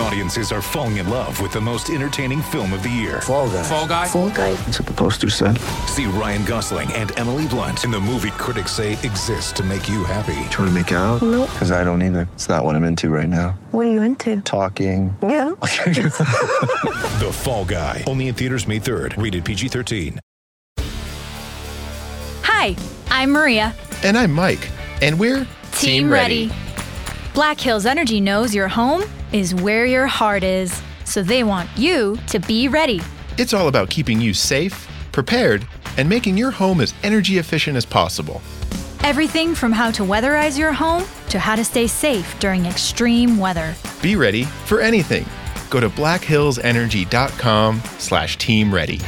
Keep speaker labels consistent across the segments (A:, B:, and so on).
A: Audiences are falling in love with the most entertaining film of the year.
B: Fall guy.
C: Fall guy.
D: Fall guy.
B: That's what the poster said.
A: See Ryan Gosling and Emily Blunt in the movie critics say exists to make you happy.
B: Trying to make it out?
D: Nope.
B: Because I don't either. It's not what I'm into right now.
D: What are you into?
B: Talking.
D: Yeah.
A: The Fall Guy. Only in theaters May 3rd. Rated PG-13.
E: Hi, I'm Maria.
F: And I'm Mike, and we're
E: Black Hills Energy knows your home is where your heart is, so they want you to be ready.
F: It's all about keeping you safe, prepared, and making your home as energy efficient as possible.
E: Everything from how to weatherize your home to how to stay safe during extreme weather.
F: Be ready for anything. Go to blackhillsenergy.com slash team ready.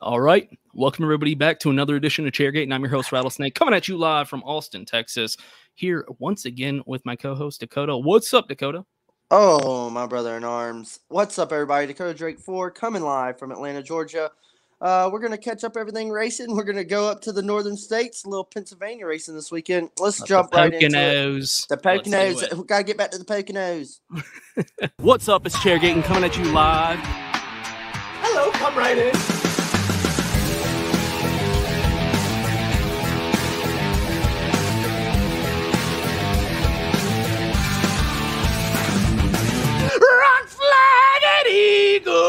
C: All right. Welcome, everybody, back to another edition of Chairgate. And I'm your host, Rattlesnake, coming at you live from Austin, Texas, here once again with my co host, Dakota. What's up, Dakota?
G: Oh, my brother in arms. What's up, everybody? Dakota Drake 4 coming live from Atlanta, Georgia. Uh, we're going to catch up everything racing. We're going to go up to the northern states, a little Pennsylvania racing this weekend. Let's jump right into it.
C: Poconos.
G: The
C: Let's do
G: Poconos.
C: it.
G: We got to get back to the Poconos.
C: What's up? It's Chairgate and coming at you live.
G: Hello, come right in.
C: Rock flag and eagle.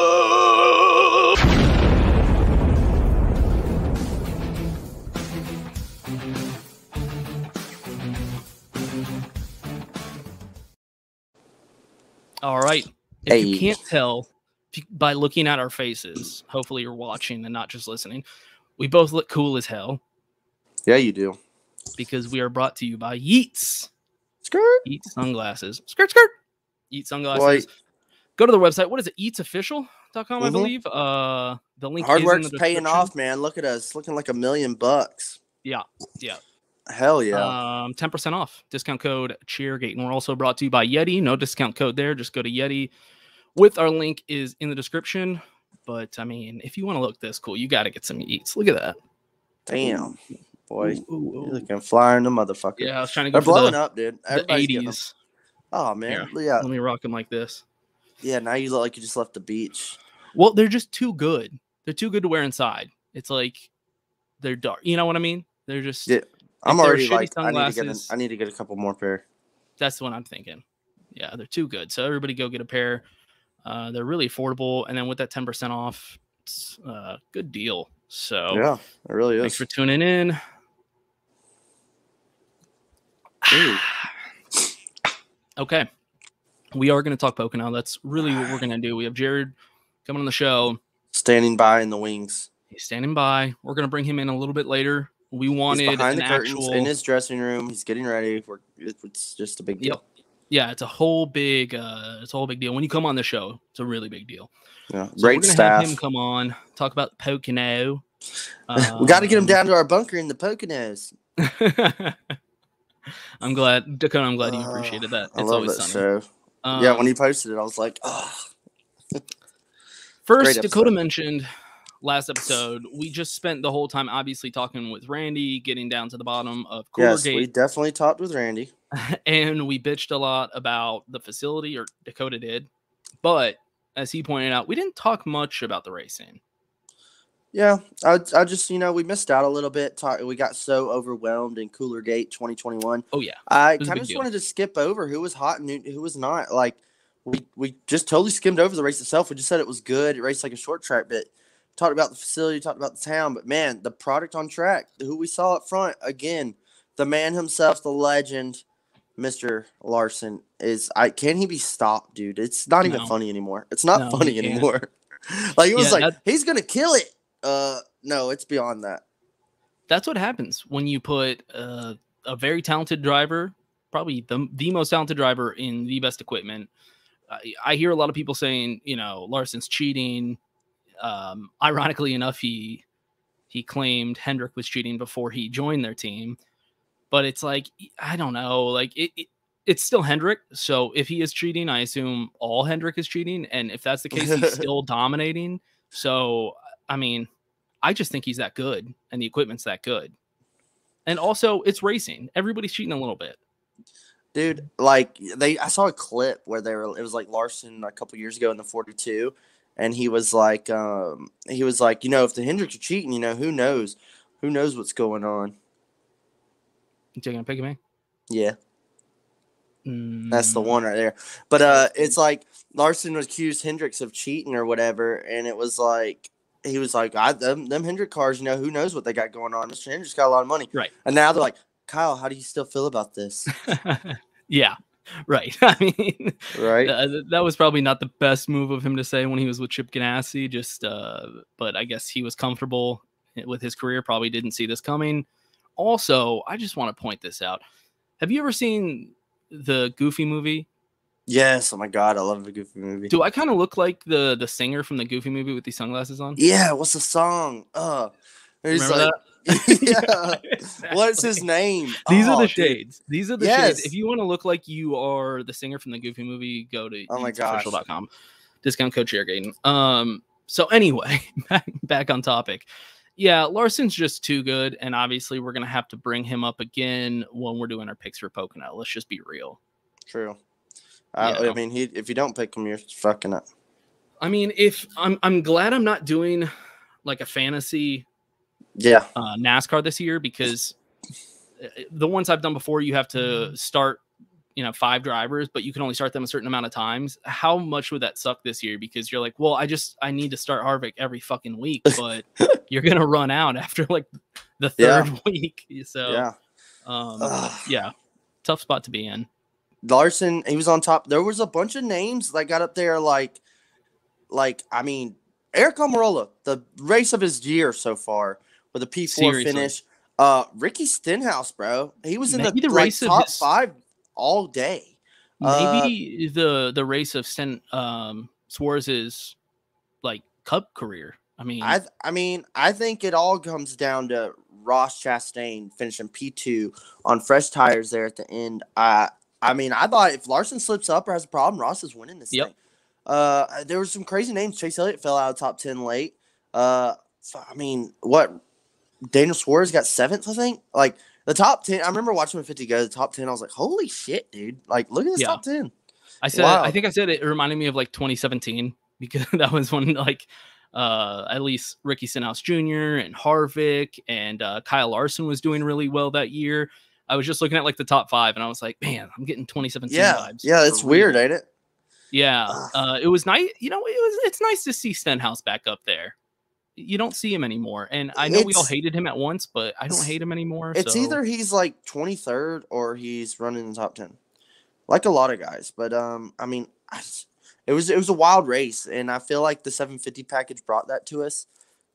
C: All right. If you
G: Hey.
C: can't tell if you- by looking at our faces, hopefully you're watching and not just listening. We both look cool as hell
G: Yeah, you do.
C: because we are brought to you by Yeats.
G: Skirt.
C: Yeats sunglasses. Skirt, skirt. Yeats sunglasses
G: Like,
C: go to the website. What is it? Eatsofficial.com, I
G: Mhm.
C: believe. Uh, the link
G: hard
C: is in
G: work's
C: the
G: paying
C: description.
G: off, man. Look at us looking like a million bucks.
C: Yeah, yeah.
G: Hell yeah.
C: Um, 10% off. Discount code Cheergate. And we're also brought to you by Yeti. No discount code there. Just go to Yeti with our link is in the description. But I mean, if you want to look this cool, you got to get some eats. Look at that.
G: Damn. Boy,
C: Ooh, ooh,
G: you're
C: ooh.
G: looking flying the motherfucker.
C: Yeah, I was trying to go
G: They're
C: for
G: blowing
C: the,
G: up, dude.
C: the
G: Everybody's getting them.
C: 80s.
G: Oh man, yeah.
C: Let me rock them like this.
G: yeah, Now you look like you just left the beach.
C: Well, they're just too good. They're too good to wear inside. It's like they're dark. You know what I mean? They're just,
G: Yeah. I'm
C: they were
G: already
C: shitty
G: like, I need to get, a,
C: sunglasses-
G: I need to get a couple more pair.
C: that's what I'm thinking. Yeah, they're too good. So everybody go get a pair. Uh, they're really affordable, and then with that 10% off, it's a good deal. So
G: Yeah, it really
C: thanks
G: is.
C: for tuning in.
G: Ooh,
C: Okay, we are going to talk poker now. That's really what we're going to do. We have Jared coming on the show.
G: standing by in the wings.
C: He's standing by. We're going to bring him in a little bit later. We
G: He's
C: wanted
G: behind the
C: an
G: curtains
C: actual.
G: in his dressing room. He's getting ready. We're, it- it's just a big deal.
C: Yep. Yeah, it's a whole big, uh, it's a whole big deal. When you come on the show, it's a really big deal.
G: Yeah.
C: So
G: Great
C: we're gonna
G: staff.
C: Have him come on, talk about Pocono.
G: we got to get him
C: Um,
G: down to our bunker in the Poconos.
C: I'm glad, Dakota. I'm glad you
G: Oh,
C: appreciated that. It's
G: I love
C: always
G: that
C: sunny.
G: show. yeah,
C: Um,
G: when he posted it, I was like, oh,
C: first,
G: great
C: Dakota
G: episode.
C: mentioned last episode. We just spent the whole time, obviously, talking with Randy, getting down to the bottom of Cooler
G: yes, we
C: Gate,
G: definitely talked with Randy.
C: and we bitched a lot about the facility, or Dakota did. But as he pointed out, we didn't talk much about the racing.
G: Yeah, I, I just you know we missed out a little bit. Talk, we got so overwhelmed in Cooler Gate 2021.
C: Oh yeah,
G: I
C: was a
G: kind of
C: big
G: just
C: deal.
G: wanted to skip over who was hot and who- who was not. Like we we just totally skimmed over the race itself. We just said it was good. It raced like a short track, but talked about the facility, talked about the town. But man, the product on track, who we saw up front again, the man himself, the legend, Mister Larson is. I can he be stopped, dude? It's not even
C: No.
G: funny anymore. It's not
C: No,
G: funny
C: he can't.
G: anymore. Like it was
C: Yeah,
G: like he's gonna kill it. Uh, no, it's beyond that.
C: that's what happens when you put uh, a very talented driver, probably the, the most talented driver in the best equipment. I I hear a lot of people saying, you know, Larson's cheating. Um, ironically enough, he he claimed Hendrick was cheating before he joined their team, but it's like e, I don't know, like it. it it's still Hendrick, so if he is cheating, I assume all Hendrick is cheating, and if that's the case, he's still dominating. So, I mean, I just think he's that good and the equipment's that good. And also, it's racing. Everybody's cheating a little bit.
G: Dude, like they, I saw a clip where they were. It was like Larson a couple years ago in the forty-two, and he was like, um, he was like, you know, if the Hendricks are cheating, you know, who knows, who knows what's going on?
C: You taking a pick of me?
G: Yeah,
C: Mm,
G: that's the one right there. But uh, it's like Larson was accused Hendricks of cheating or whatever, and it was like he was like, I them them Hendrick cars, you know, who knows what they got going on? Mister Hendricks got a lot of money,
C: Right.
G: And now they're like, Kyle, how do you still feel about this?
C: Mm. yeah, right. I mean,
G: Right?
C: uh, th- that was probably not the best move of him to say when he was with Chip Ganassi. Just, uh, but I guess he was comfortable eh, with his career. Probably didn't see this coming. Also, I just want to point this out. Have you ever seen the Goofy movie?
G: Yes. Oh my God, I love the Goofy movie.
C: Do I kind of look like the the singer from the Goofy movie with these sunglasses on?
G: Yeah, what's the song? Uh, he's
C: Remember
G: like,
C: that?
G: yeah. What's his
C: Exactly.
G: name?
C: These
G: Oh,
C: are the
G: dude.
C: shades. These are the shades.
G: Yes.
C: If you want to look like you are the singer from the Goofy movie, go to
G: Oh my gosh.
C: official.com. Discount code Chairgaten. Um. So anyway, back, back on topic. Yeah, Larson's just too good, and obviously we're gonna have to bring him up again when we're doing our picks for Pocono. Let's just be real.
G: True. I,
C: Yeah.
G: I mean, he if you don't pick him, you're fucking up.
C: I mean, if I'm, I'm glad I'm not doing like a fantasy
G: Yeah.
C: uh, NASCAR this year because uh, the ones I've done before, you have
G: Mm-hmm.
C: to start, you know, five drivers, but you can only start them a certain amount of times. How much would that suck this year? Because you're like, well, I just I need to start Harvick every fucking week, but you're gonna run out after like the
G: Yeah.
C: third week. So
G: Yeah.
C: um,
G: Ugh.
C: yeah, tough spot to be in.
G: Larson, he was on top. There was a bunch of names that got up there, like, like I mean, Eric Almirola, the race of his year so far with a P four
C: Seriously.
G: finish. Uh, Ricky Stenhouse, bro, he was in the,
C: Maybe the
G: like,
C: race of
G: top
C: his-
G: five all day. Uh,
C: Maybe the the race of Sten um, Suarez's like Cup career. I mean,
G: I th- I mean, I think it all comes down to Ross Chastain finishing P two on fresh tires there at the end. I I mean, I thought if Larson slips up or has a problem, Ross is winning this
C: Yep.
G: thing. Uh, there were some crazy names. Chase Elliott fell out of top ten late. Uh, so, I mean, what? Daniel Suarez got seventh, I think. Like the top ten. I remember watching when Fifty go to the top ten. I was like, holy shit, dude! Like, look at this
C: Yeah.
G: top ten.
C: I said, I
G: Wow.
C: think I said it reminded me of like 2017 because that was when like uh at least Ricky Stenhouse Jr. and Harvick and uh, Kyle Larson was doing really well that year. I was just looking at like the top five and I was like, man, I'm getting 2017
G: Yeah,
C: vibes.
G: yeah,
C: for
G: it's
C: real."
G: weird, ain't it?
C: Yeah,
G: Ugh.
C: uh, it was nice. You know, it was it's nice to see Stenhouse back up there. You don't see him anymore, and I know we all
G: It's-
C: hated him at once, but I don't hate him anymore.
G: It's
C: so-
G: either he's like 23rd or he's running in the top 10. Like a lot of guys, but um I mean I just- it was it was a wild race and I feel like the 750 package brought that to us.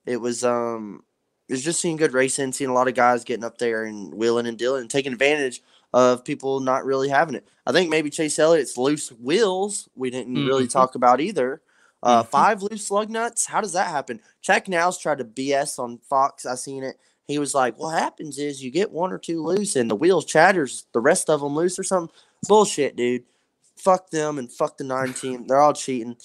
G: It was um it was just seeing good racing, seeing a lot of guys getting up there and wheeling and dealing and taking advantage of people not really having it. I think maybe Chase Elliott's loose wheels we didn't really
C: Mhm.
G: talk about either. Uh,
C: Mhm.
G: five loose lug nuts. How does that happen? Chuck Now's tried to BS on Fox. I seen it. He was like, "What happens is you get one or two loose, and the wheels chatters. The rest of them loose or something." Bullshit, dude. Fuck them and fuck the nine team. They're all cheating.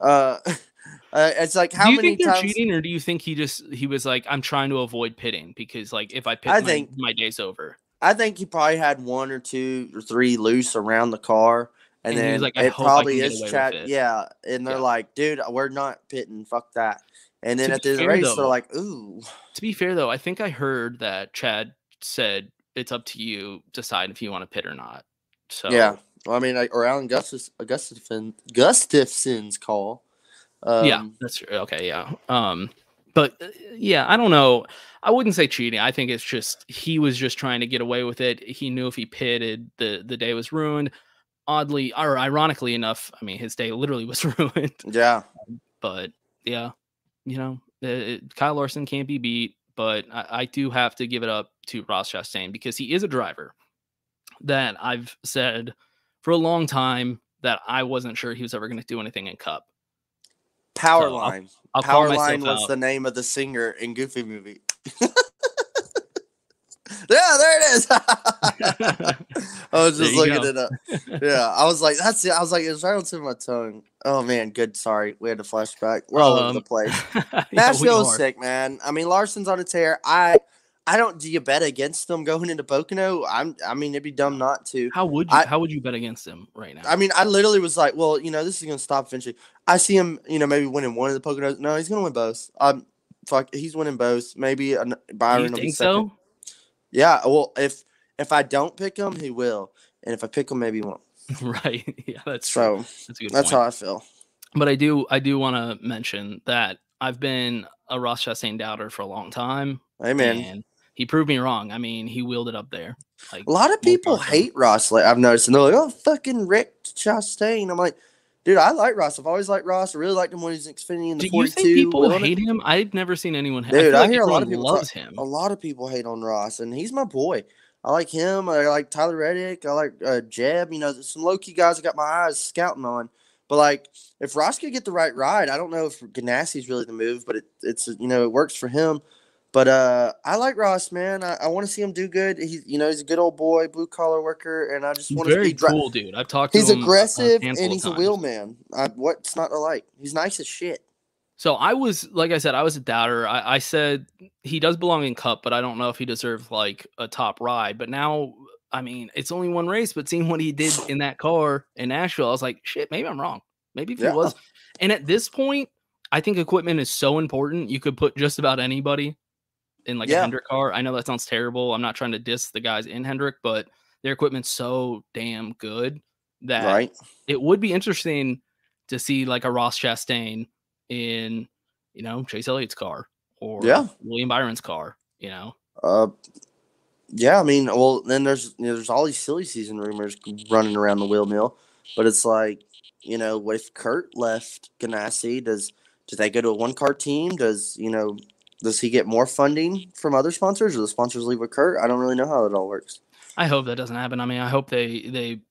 G: Uh, uh it's like how
C: do you
G: many
C: think they're
G: times?
C: cheating, or do you think he just he was like, I'm trying to avoid pitting because like if I pit,
G: I
C: my,
G: think-
C: my day's over.
G: I think he probably had one or two or three loose around the car, and,
C: And he
G: then
C: was like, "I
G: it
C: hope I
G: probably
C: can get
G: is
C: away with
G: chat.
C: it."
G: Yeah, and they're
C: Yeah.
G: like, "Dude, we're not pitting. Fuck that." And then
C: To
G: at the
C: be
G: end of the
C: fair,
G: race, they're
C: though-
G: like, "Ooh,
C: To be fair though, I think I heard that Chad said it's up to you decide if you want to pit or not. So
G: Yeah. Well, I mean, like, or Alan Gustis, Gustafson, Gustafson's call. Um,
C: yeah, that's true. okay. Yeah, um, but uh, yeah, I don't know. I wouldn't say cheating. I think it's just he was just trying to get away with it. He knew if he pitted, the the day was ruined. Oddly or ironically enough, I mean, his day literally was ruined.
G: Yeah.
C: but yeah, you know, uh, Kyle Larson can't be beat, but I, I do have to give it up to Ross Chastain because he is a driver that I've said for a long time that I wasn't sure he was ever going to do anything in Cup.
G: Power
C: So, I'll-
G: line.
C: I'll call
G: Powerline
C: myself
G: was
C: out.
G: the name of the singer in Goofy movie. yeah, there it is. I was
C: There
G: just
C: you
G: looking
C: go.
G: it up. Yeah, I was like, that's it. I was like, it's right on the tip of my tongue. Oh man, good. Sorry, we had a flashback. We're all over
C: Um,
G: the place.
C: Yeah, we
G: Nashville is
C: are.
G: sick, man. I mean, Larson's on a tear. I, I don't. Do you bet against them going into Pocono? I'm. I mean, it'd be dumb not to.
C: How would you?
G: I-
C: how would you bet against him right now?
G: I mean, I literally was like, well, you know, this is gonna stop eventually. I see him, you know, maybe winning one of the Poconos. No, he's gonna win both. Um, fuck, he's winning both. Maybe an, Byron.
C: you
G: will be
C: think
G: second.
C: so?
G: Yeah. Well, if if I don't pick him, he will, and if I pick him, maybe he won't.
C: right. Yeah, that's true.
G: So
C: That's a good
G: that's
C: point.
G: how I feel.
C: But I do I do want to mention that I've been a Ross Chastain doubter for a long time,
G: Amen.
C: and he proved me wrong. I mean, he wielded up there. Like
G: A lot of
C: multiple
G: people
C: times.
G: hate Ross. Like I've noticed, and they're like, "Oh, fucking Rick Chastain." I'm like, dude, I like Ross. I've always liked Ross. I really liked him when he was in Xfinity in the
C: Do you
G: 42.
C: think people
G: wheeling it.
C: hate him? I've never seen anyone. hate.
G: Dude,
C: I, feel
G: I
C: like
G: hear a lot
C: everyone
G: of people talk-
C: loves him.
G: a lot of people hate on Ross, and he's my boy. I like him. I like Tyler Reddick. I like uh, Jeb. You know, there's some low key guys I got my eyes scouting on. But like, if Ross could get the right ride, I don't know if Ganassi's really the move, but it, it's you know it works for him. But uh, I like Ross, man. I, I want to see him do good. He's you know he's a good old boy, blue collar worker, and I just
C: He's
G: want to
C: very
G: see dri-
C: cool, dude. I've talked to
G: He's
C: him. a- a
G: aggressive and
C: handful of
G: he's a
C: times.
G: wheel man. I, what's not to like? He's nice as shit.
C: So I was, like I said, I was a doubter. I, I said he does belong in Cup, but I don't know if he deserves like a top ride. But now, I mean, it's only one race, but seeing what he did in that car in Nashville, I was like, shit, maybe I'm wrong. Maybe if
G: Yeah.
C: he was. And at this point, I think equipment is so important. You could put just about anybody in like a
G: Yeah.
C: Hendrick car. I know that sounds terrible. I'm not trying to diss the guys in Hendrick, but their equipment's so damn good that
G: Right?
C: it would be interesting to see like a Ross Chastain in, you know, Chase Elliott's car or
G: Yeah.
C: William Byron's car, you know.
G: Uh, yeah, I mean, well, then there's you know, there's all these silly season rumors running around the wheelmill, but it's like, you know, what if Kurt left Ganassi? Does do they go to a one car team? Does you know, does he get more funding from other sponsors, or the sponsors leave with Kurt? I don't really know how that all works.
C: I hope that doesn't happen. I mean, I hope they they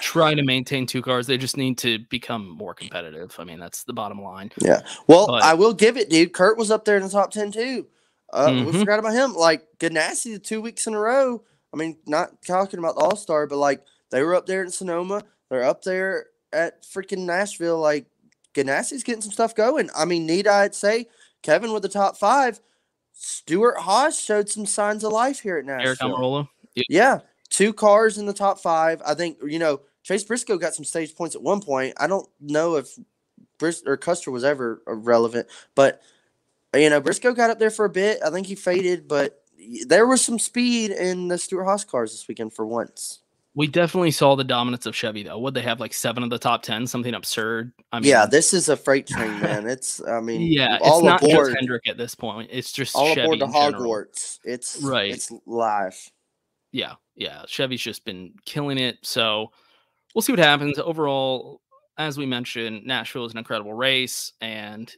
C: try to maintain two cars. They just need to become more competitive. I mean, that's the bottom line.
G: Well,
C: But-
G: I will give it, dude. Kurt was up there in the top ten too. Uh,
C: Mhm.
G: We forgot about him. Like Ganassi, the two weeks in a row. I mean, not talking about the All Star, but like they were up there in Sonoma. They're up there at freaking Nashville. Like Ganassi's getting some stuff going. I mean, need I say Kevin with the top five. Stuart Haas showed some signs of life here at
C: Eric
G: Nashville.
C: Almirola.
G: Yeah, two cars in the top five. I think you know Chase Briscoe got some stage points at one point. I don't know if Bris or Custer was ever relevant, but you know Briscoe got up there for a bit. I think he faded, but there was some speed in the Stuart Haas cars this weekend for once.
C: We definitely saw the dominance of Chevy though. Would they have like seven of the top ten? Something absurd. I mean,
G: yeah, this is a freight train, man. It's I mean,
C: yeah, it's
G: all
C: not
G: aboard,
C: just Hendrick at this point. It's just
G: all
C: Chevy
G: aboard the
C: in general.
G: Hogwarts. It's
C: Right.
G: It's live.
C: yeah, yeah. Chevy's just been killing it. So we'll see what happens. Overall, as we mentioned, Nashville is an incredible race, and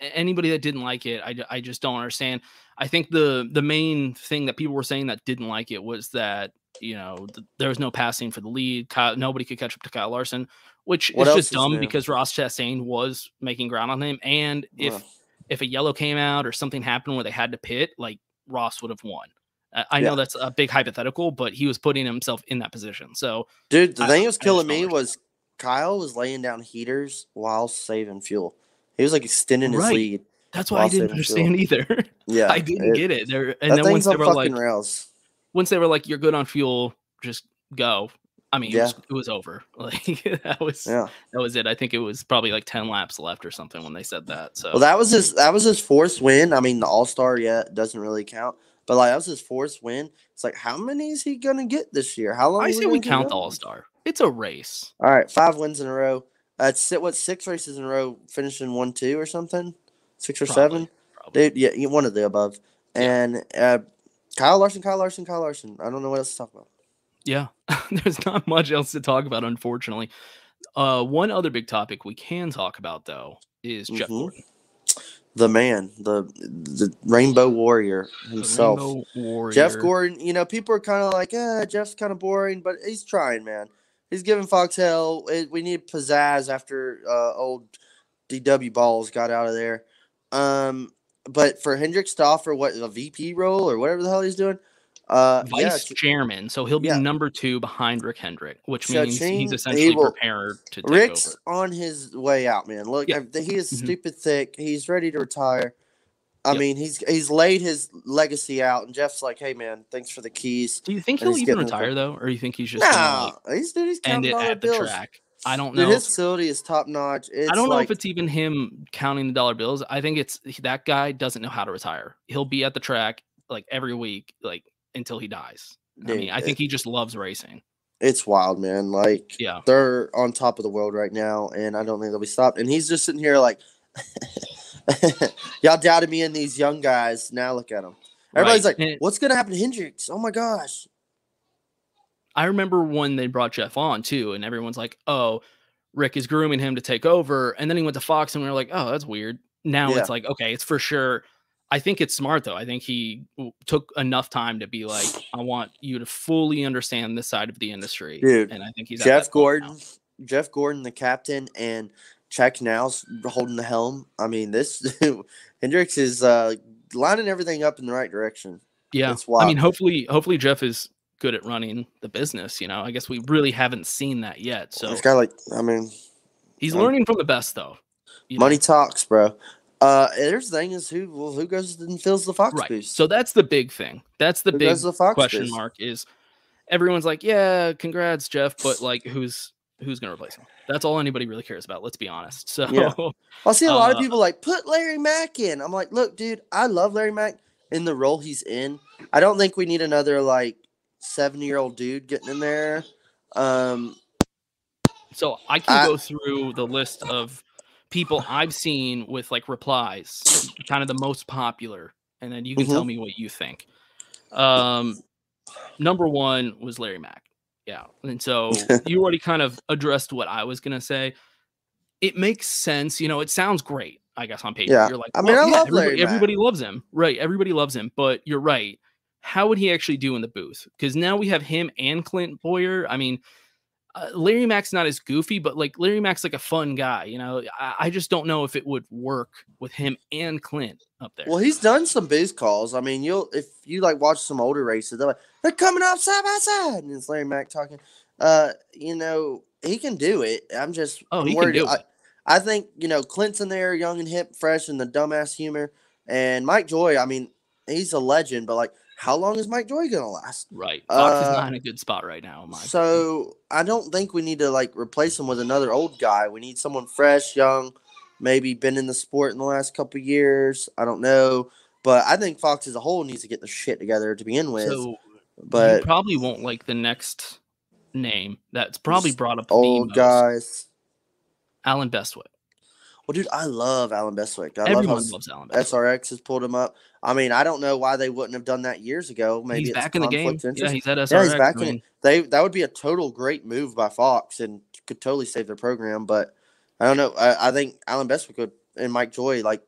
C: a- anybody that didn't like it, I, ju- I just don't understand. I think the the main thing that people were saying that didn't like it was that you know th- there was no passing for the lead. Kyle, nobody could catch up to Kyle Larson, which
G: What
C: is
G: else
C: just
G: is
C: dumb
G: new?
C: because Ross Chastain was making ground on him, and if
G: Ugh.
C: if a yellow came out or something happened where they had to pit, like Ross would have won. I, I know
G: Yeah.
C: that's a big hypothetical, but he was putting himself in that position. So
G: Dude, the
C: I-
G: thing that was
C: I just
G: killing
C: don't
G: me was Kyle was laying down heaters while saving fuel. He was like extending his
C: Right.
G: lead.
C: that's why
G: Ross
C: I didn't
G: didn't feel-
C: understand either.
G: Yeah,
C: I didn't get it. There and
G: that
C: then once
G: thing's
C: they
G: on
C: were
G: fucking
C: like
G: rails.
C: once they were like, You're good on fuel, just go. I mean, it,
G: Yeah.
C: was, it was over. Like that was
G: Yeah.
C: that was it. I think it was probably like ten laps left or something when they said that. So
G: Well, that was his. That was his fourth win. I mean, the All Star yet doesn't really count, but like that was his fourth win. It's like, how many is he gonna get this year? How long?
C: I
G: is he
C: say we
G: gonna keep
C: count the
G: going?
C: All Star. It's a race.
G: All right, five wins in a row. Uh, it's si- what six races in a row, finishing one, two, or something, six or seven.
C: Probably, probably.
G: Dude, yeah, you- one of the above. And uh, Kyle Larson, Kyle Larson, Kyle Larson. I don't know what else to talk about.
C: Yeah, there's not much else to talk about, unfortunately. Uh, one other big topic we can talk about though is Jeff
G: Mhm.
C: Gordon.
G: the man, the the Rainbow Warrior himself.
C: Rainbow Warrior.
G: Jeff Gordon, you know, people are kind of like, eh, Jeff's kind of boring, but he's trying, man. He's giving Fox hell. It, we need pizzazz after uh, old DW Balls got out of there. Um, but for Hendricks to offer what a VP role or whatever the hell he's doing, uh, yeah,
C: Vice chairman, so he'll be
G: Yeah.
C: number two behind Rick Hendrick, which
G: So
C: means
G: Shane,
C: he's
G: he
C: essentially
G: will-
C: prepared to take
G: Rick's
C: over.
G: on his way out, man. Look,
C: Yeah.
G: I- th- he is
C: Mhm.
G: stupid thick. He's ready to retire. I
C: Yep.
G: mean, he's he's laid his legacy out, and Jeff's like, "Hey, man, thanks for the keys."
C: Do you think
G: and
C: he'll
G: he's
C: even
G: getting the-
C: retire though, or you think he's just gonna,
G: No,
C: like,
G: he's dude, he's
C: end
G: counting
C: it
G: dollar
C: at the
G: bills.
C: track? I don't
G: Dude,
C: know.
G: his facility is top notch.
C: I don't know if it's even him counting the dollar bills. I think it's that guy doesn't know how to retire. He'll be at the track like every week, like until he dies. I mean, I think he just loves racing.
G: it's wild, man. Like
C: Yeah.
G: they're on top of the world right now, and I don't think they'll be stopped. And he's just sitting here like, y'all doubted me and these young guys. Now look at them. Everybody's
C: Right.
G: like,
C: And-
G: "What's gonna happen to Hendrix? Oh my gosh!"
C: I remember when they brought Jeff on too, and everyone's like, "Oh, Rick is grooming him to take over," and then he went to Fox, and we were like, "Oh, that's weird." Now
G: Yeah.
C: it's like, okay, it's for sure. I think it's smart though. I think he w- took enough time to be like, "I want you to fully understand this side of the industry,"
G: Dude,
C: And I think he's at
G: Jeff
C: that point now.
G: Gordon, Jeff Gordon, the captain, and Chuck Now's holding the helm. I mean, this Hendrix is uh, lining everything up in the right direction.
C: Yeah,
G: It's
C: I mean,
G: wild.
C: hopefully, hopefully Jeff is good at running the business. You know, I guess we really haven't seen that yet. So
G: it's got like, I mean,
C: he's
G: I'm-
C: learning from the best, though. you know?
G: money talks, bro. Uh, and there's the thing is who well, who goes and fills the Fox
C: right?
G: booth.
C: So that's the big thing. That's the
G: who
C: big
G: goes to the Fox
C: question
G: booth?
C: mark is everyone's like, yeah, congrats, Jeff, but like, who's who's gonna replace him? That's all anybody really cares about. Let's be honest. So
G: Yeah. I see a lot of
C: Uh,
G: people like put Larry Mack in. I'm like, look, dude, I love Larry Mack in the role he's in. I don't think we need another like 70 year old dude getting in there. Um,
C: So I can
G: I-
C: go through the list of people I've seen with like replies, kind of the most popular, and then you can
G: Mm-hmm.
C: tell me what you think. Um, number one was Larry Mack. Yeah. And so you already kind of addressed what I was going to say. It makes sense. You know, it sounds great, I guess, on paper.
G: Yeah.
C: You're like,
G: I mean, I love Larry
C: everybody,
G: Mack."
C: everybody loves him. Right. Everybody loves him. But you're right. How would he actually do in the booth? Because now we have him and Clint Boyer. I mean, uh, Larry Mack's not as goofy, but like Larry Mack's like a fun guy, you know. I, I just don't know if it would work with him and Clint up there.
G: well, he's done some booze calls. I mean, you'll if you like watch some older races, they're like they're coming up side by side, and it's Larry Mack talking. Uh, you know, he can do it. I'm just
C: Oh,
G: I'm
C: he can
G: worried.
C: do
G: I,
C: it.
G: I think you know Clint's in there, young and hip, fresh, and the dumbass humor, and Mike Joy. I mean, he's a legend, but like, how long is Mike Joy gonna last?
C: right. Fox is
G: uh,
C: not in a good spot right now, in my opinion.
G: So I don't think we need to like replace him with another old guy. We need someone fresh, young, maybe been in the sport in the last couple of years. I don't know, but I think Fox as a whole needs to get the shit together to begin with.
C: So you
G: but
C: probably won't like the next name that's probably
G: Just
C: brought up the
G: old
C: most,
G: guys,
C: Alan Bestwick.
G: well, dude, I love Alan Bestwick. I
C: Everyone
G: love how
C: loves Alan Bestwick.
G: SRX has pulled him up. I mean, I don't know why they wouldn't have done that years ago. Maybe
C: he's
G: it's
C: back in the game.
G: conflict of
C: Yeah,
G: interest.
C: he's at SRX.
G: Yeah, he's back
C: I
G: in
C: mean,
G: it. They that would be a total great move by Fox and could totally save their program. But I don't know. I, I think Alan Bestwick would, and Mike Joy like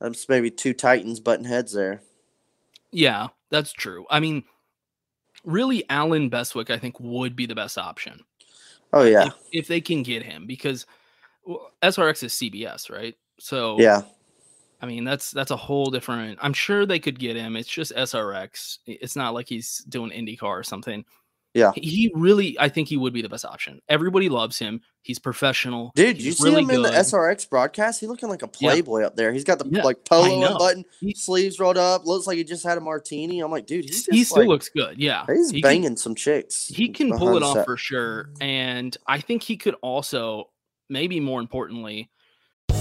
G: that's maybe two Titans button heads there.
C: Yeah, that's true. I mean, really, Alan Bestwick, I think, would be the best option.
G: Oh yeah,
C: if, if they can get him because well, SRX is CBS, right? So
G: yeah.
C: I mean that's that's a whole different. I'm sure they could get him. It's just SRX. I- It's not like he's doing IndyCar or something.
G: Yeah.
C: he he really. I think he would be the best option. Everybody loves him. He's professional.
G: Dude,
C: he's
G: you see him in the SRX broadcast? He looking like a
C: Yeah.
G: playboy up there. He's got the
C: Yeah,
G: like
C: I
G: polo
C: know.
G: button,
C: He-
G: sleeves rolled up. Looks like he just had a martini. I'm like, dude, he's
C: he
G: just,
C: still
G: like-
C: looks good. Yeah,
G: He's
C: he can-
G: banging some chicks.
C: he can
G: behind
C: pull it
G: the
C: off
G: set.
C: for sure and i think he could also maybe more importantly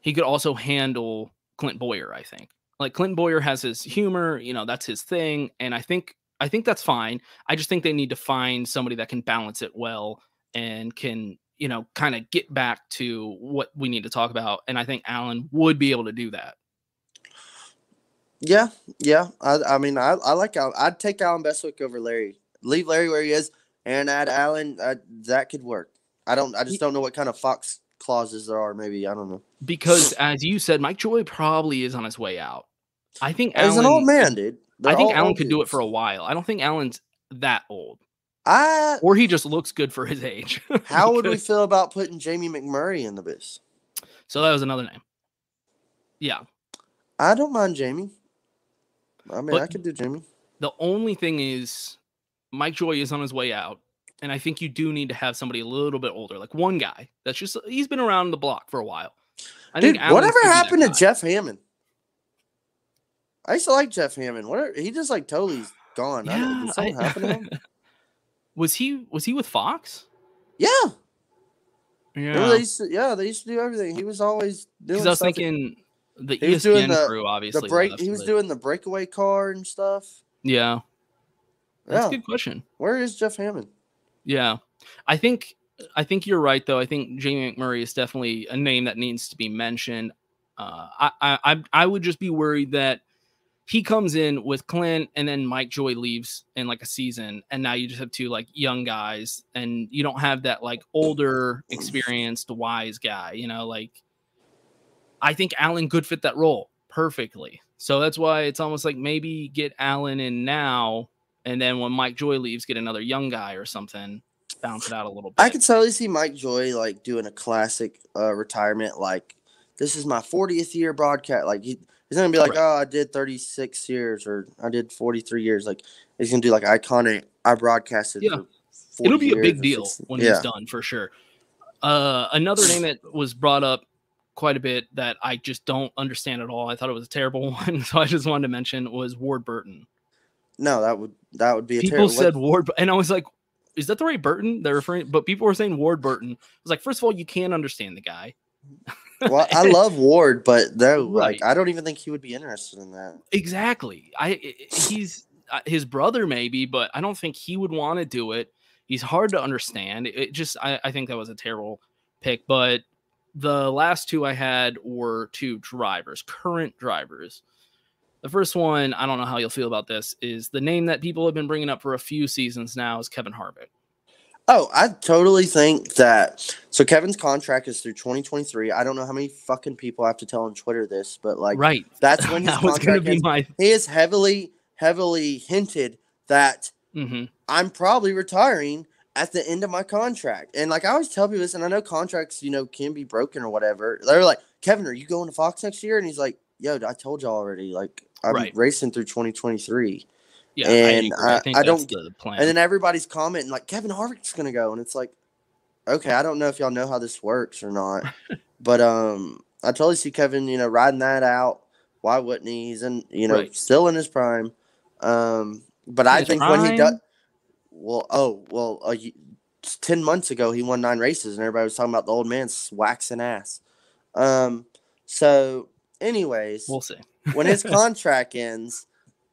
C: he could also handle Clint Boyer, I think. Like Clint Boyer has his humor, you know, that's his thing. And I think I think that's fine. I just think they need to find somebody that can balance it well and can, you know, kind of get back to what we need to talk about. And I think Alan would be able to do that.
G: Yeah, yeah. I, I mean, I, I like Alan. I'd take Alan Bestwick over Larry. Leave Larry where he is, and add Alan. I, that could work. I don't. I just don't know what kind of fox clauses there are. Maybe I don't know.
C: Because as you said, Mike Joy probably is on his way out. I think
G: He's an
C: Allen-
G: old man, dude. They're
C: I think
G: all
C: Alan
G: old
C: could do it for a while. I don't think Alan's that old.
G: I
C: or he just looks good for his age.
G: How would we
C: Because-
G: feel about putting Jamie McMurray in the biz?
C: So that was another name. Yeah.
G: I don't mind Jamie. I mean, I
C: But-
G: could do Jamie.
C: The only thing is, Mike Joy is on his way out, and I think you do need to have somebody a little bit older, like one guy that's just he's been around the block for a while. I
G: Dude,
C: think Allen
G: whatever
C: could be that
G: happened to
C: guy.
G: Jeff Hammond? I used to like Jeff Hammond. Whatever, he just like totally's gone. I don't,
C: Yeah,
G: did something
C: I-
G: happen to him?
C: Was he was he with Fox?
G: Yeah. Remember
C: Yeah.
G: they used to, yeah, they used to do everything. He was always doing.
C: Because I was
G: stuff.
C: thinking the E
G: He was doing
C: ESPN
G: the,
C: crew
G: the
C: obviously
G: break.
C: left,
G: he was
C: but-
G: doing the breakaway car and stuff.
C: Yeah. That's a
G: Yeah.
C: good question.
G: Where is Jeff Hammond?
C: Yeah. I think I think you're right though. I think Jamie McMurray is definitely a name that needs to be mentioned. Uh, I, I I I would just be worried that he comes in with Clint and then Mike Joy leaves in like a season, and now you just have two like young guys, and you don't have that like older, experienced, wise guy. You know, like I think Allen could fit that role perfectly. So that's why it's almost like maybe get Allen in now, and then when Mike Joy leaves, get another young guy or something, bounce it out a little bit.
G: I could totally see Mike Joy like doing a classic uh, retirement, like this is my 40th year broadcast. Like he, he's gonna be like, oh, I did 36 years or I did 43 years. Like he's gonna do like iconic. I broadcasted.
C: Yeah.
G: for 40
C: It'll be a
G: years
C: big
G: or
C: deal
G: 60
C: when
G: yeah.
C: he's done for sure. Uh, another name that was brought up quite a bit that I just don't understand at all. I thought it was a terrible one, so I just wanted to mention was Ward Burton.
G: No, that would that would be a
C: People
G: terrible.
C: said Ward, Bu- and I was like, "Is that the right Burton?" They're referring, but people were saying Ward Burton. I was like, first of all, you can't understand the guy.
G: well, I love Ward, but no,
C: Right.
G: like I don't even think he would be interested in that.
C: Exactly. I i- i- he's uh, his brother maybe, but I don't think he would want to do it. He's hard to understand. It- It just I, I think that was a terrible pick. But the last two I had were two drivers, current drivers. The first one, I don't know how you'll feel about this, is the name that people have been bringing up for a few seasons now is Kevin Harvick.
G: Oh, I totally think that. So Kevin's contract is through 2023. I don't know how many fucking people I have to tell on Twitter this, but like,
C: Right.
G: That's when his
C: That was gonna
G: contract
C: be
G: ends.
C: my-
G: He is heavily, heavily hinted that
C: Mm-hmm.
G: I'm probably retiring at the end of my contract. And like I always tell people this, and I know contracts, you know, can be broken or whatever. They're like, Kevin, are you going to Fox next year? And he's like, Yo, I told you all already. Like I'm
C: Right.
G: racing through 2023.
C: Yeah, I
G: and
C: agree. I
G: I,
C: think
G: I
C: that's
G: don't.
C: the plan.
G: And then everybody's commenting like Kevin Harvick's gonna go, and it's like, okay, I don't know if y'all know how this works or not, but um, I totally see Kevin, you know, riding that out. Why wouldn't he? He's in, you know,
C: Right.
G: still in his prime. Um, but I
C: His
G: think when he does,
C: prime?
G: well, oh, well, uh, you, ten months ago he won nine races, and everybody was talking about the old man's waxing ass. Um, so, anyways,
C: We'll see.
G: when his contract ends,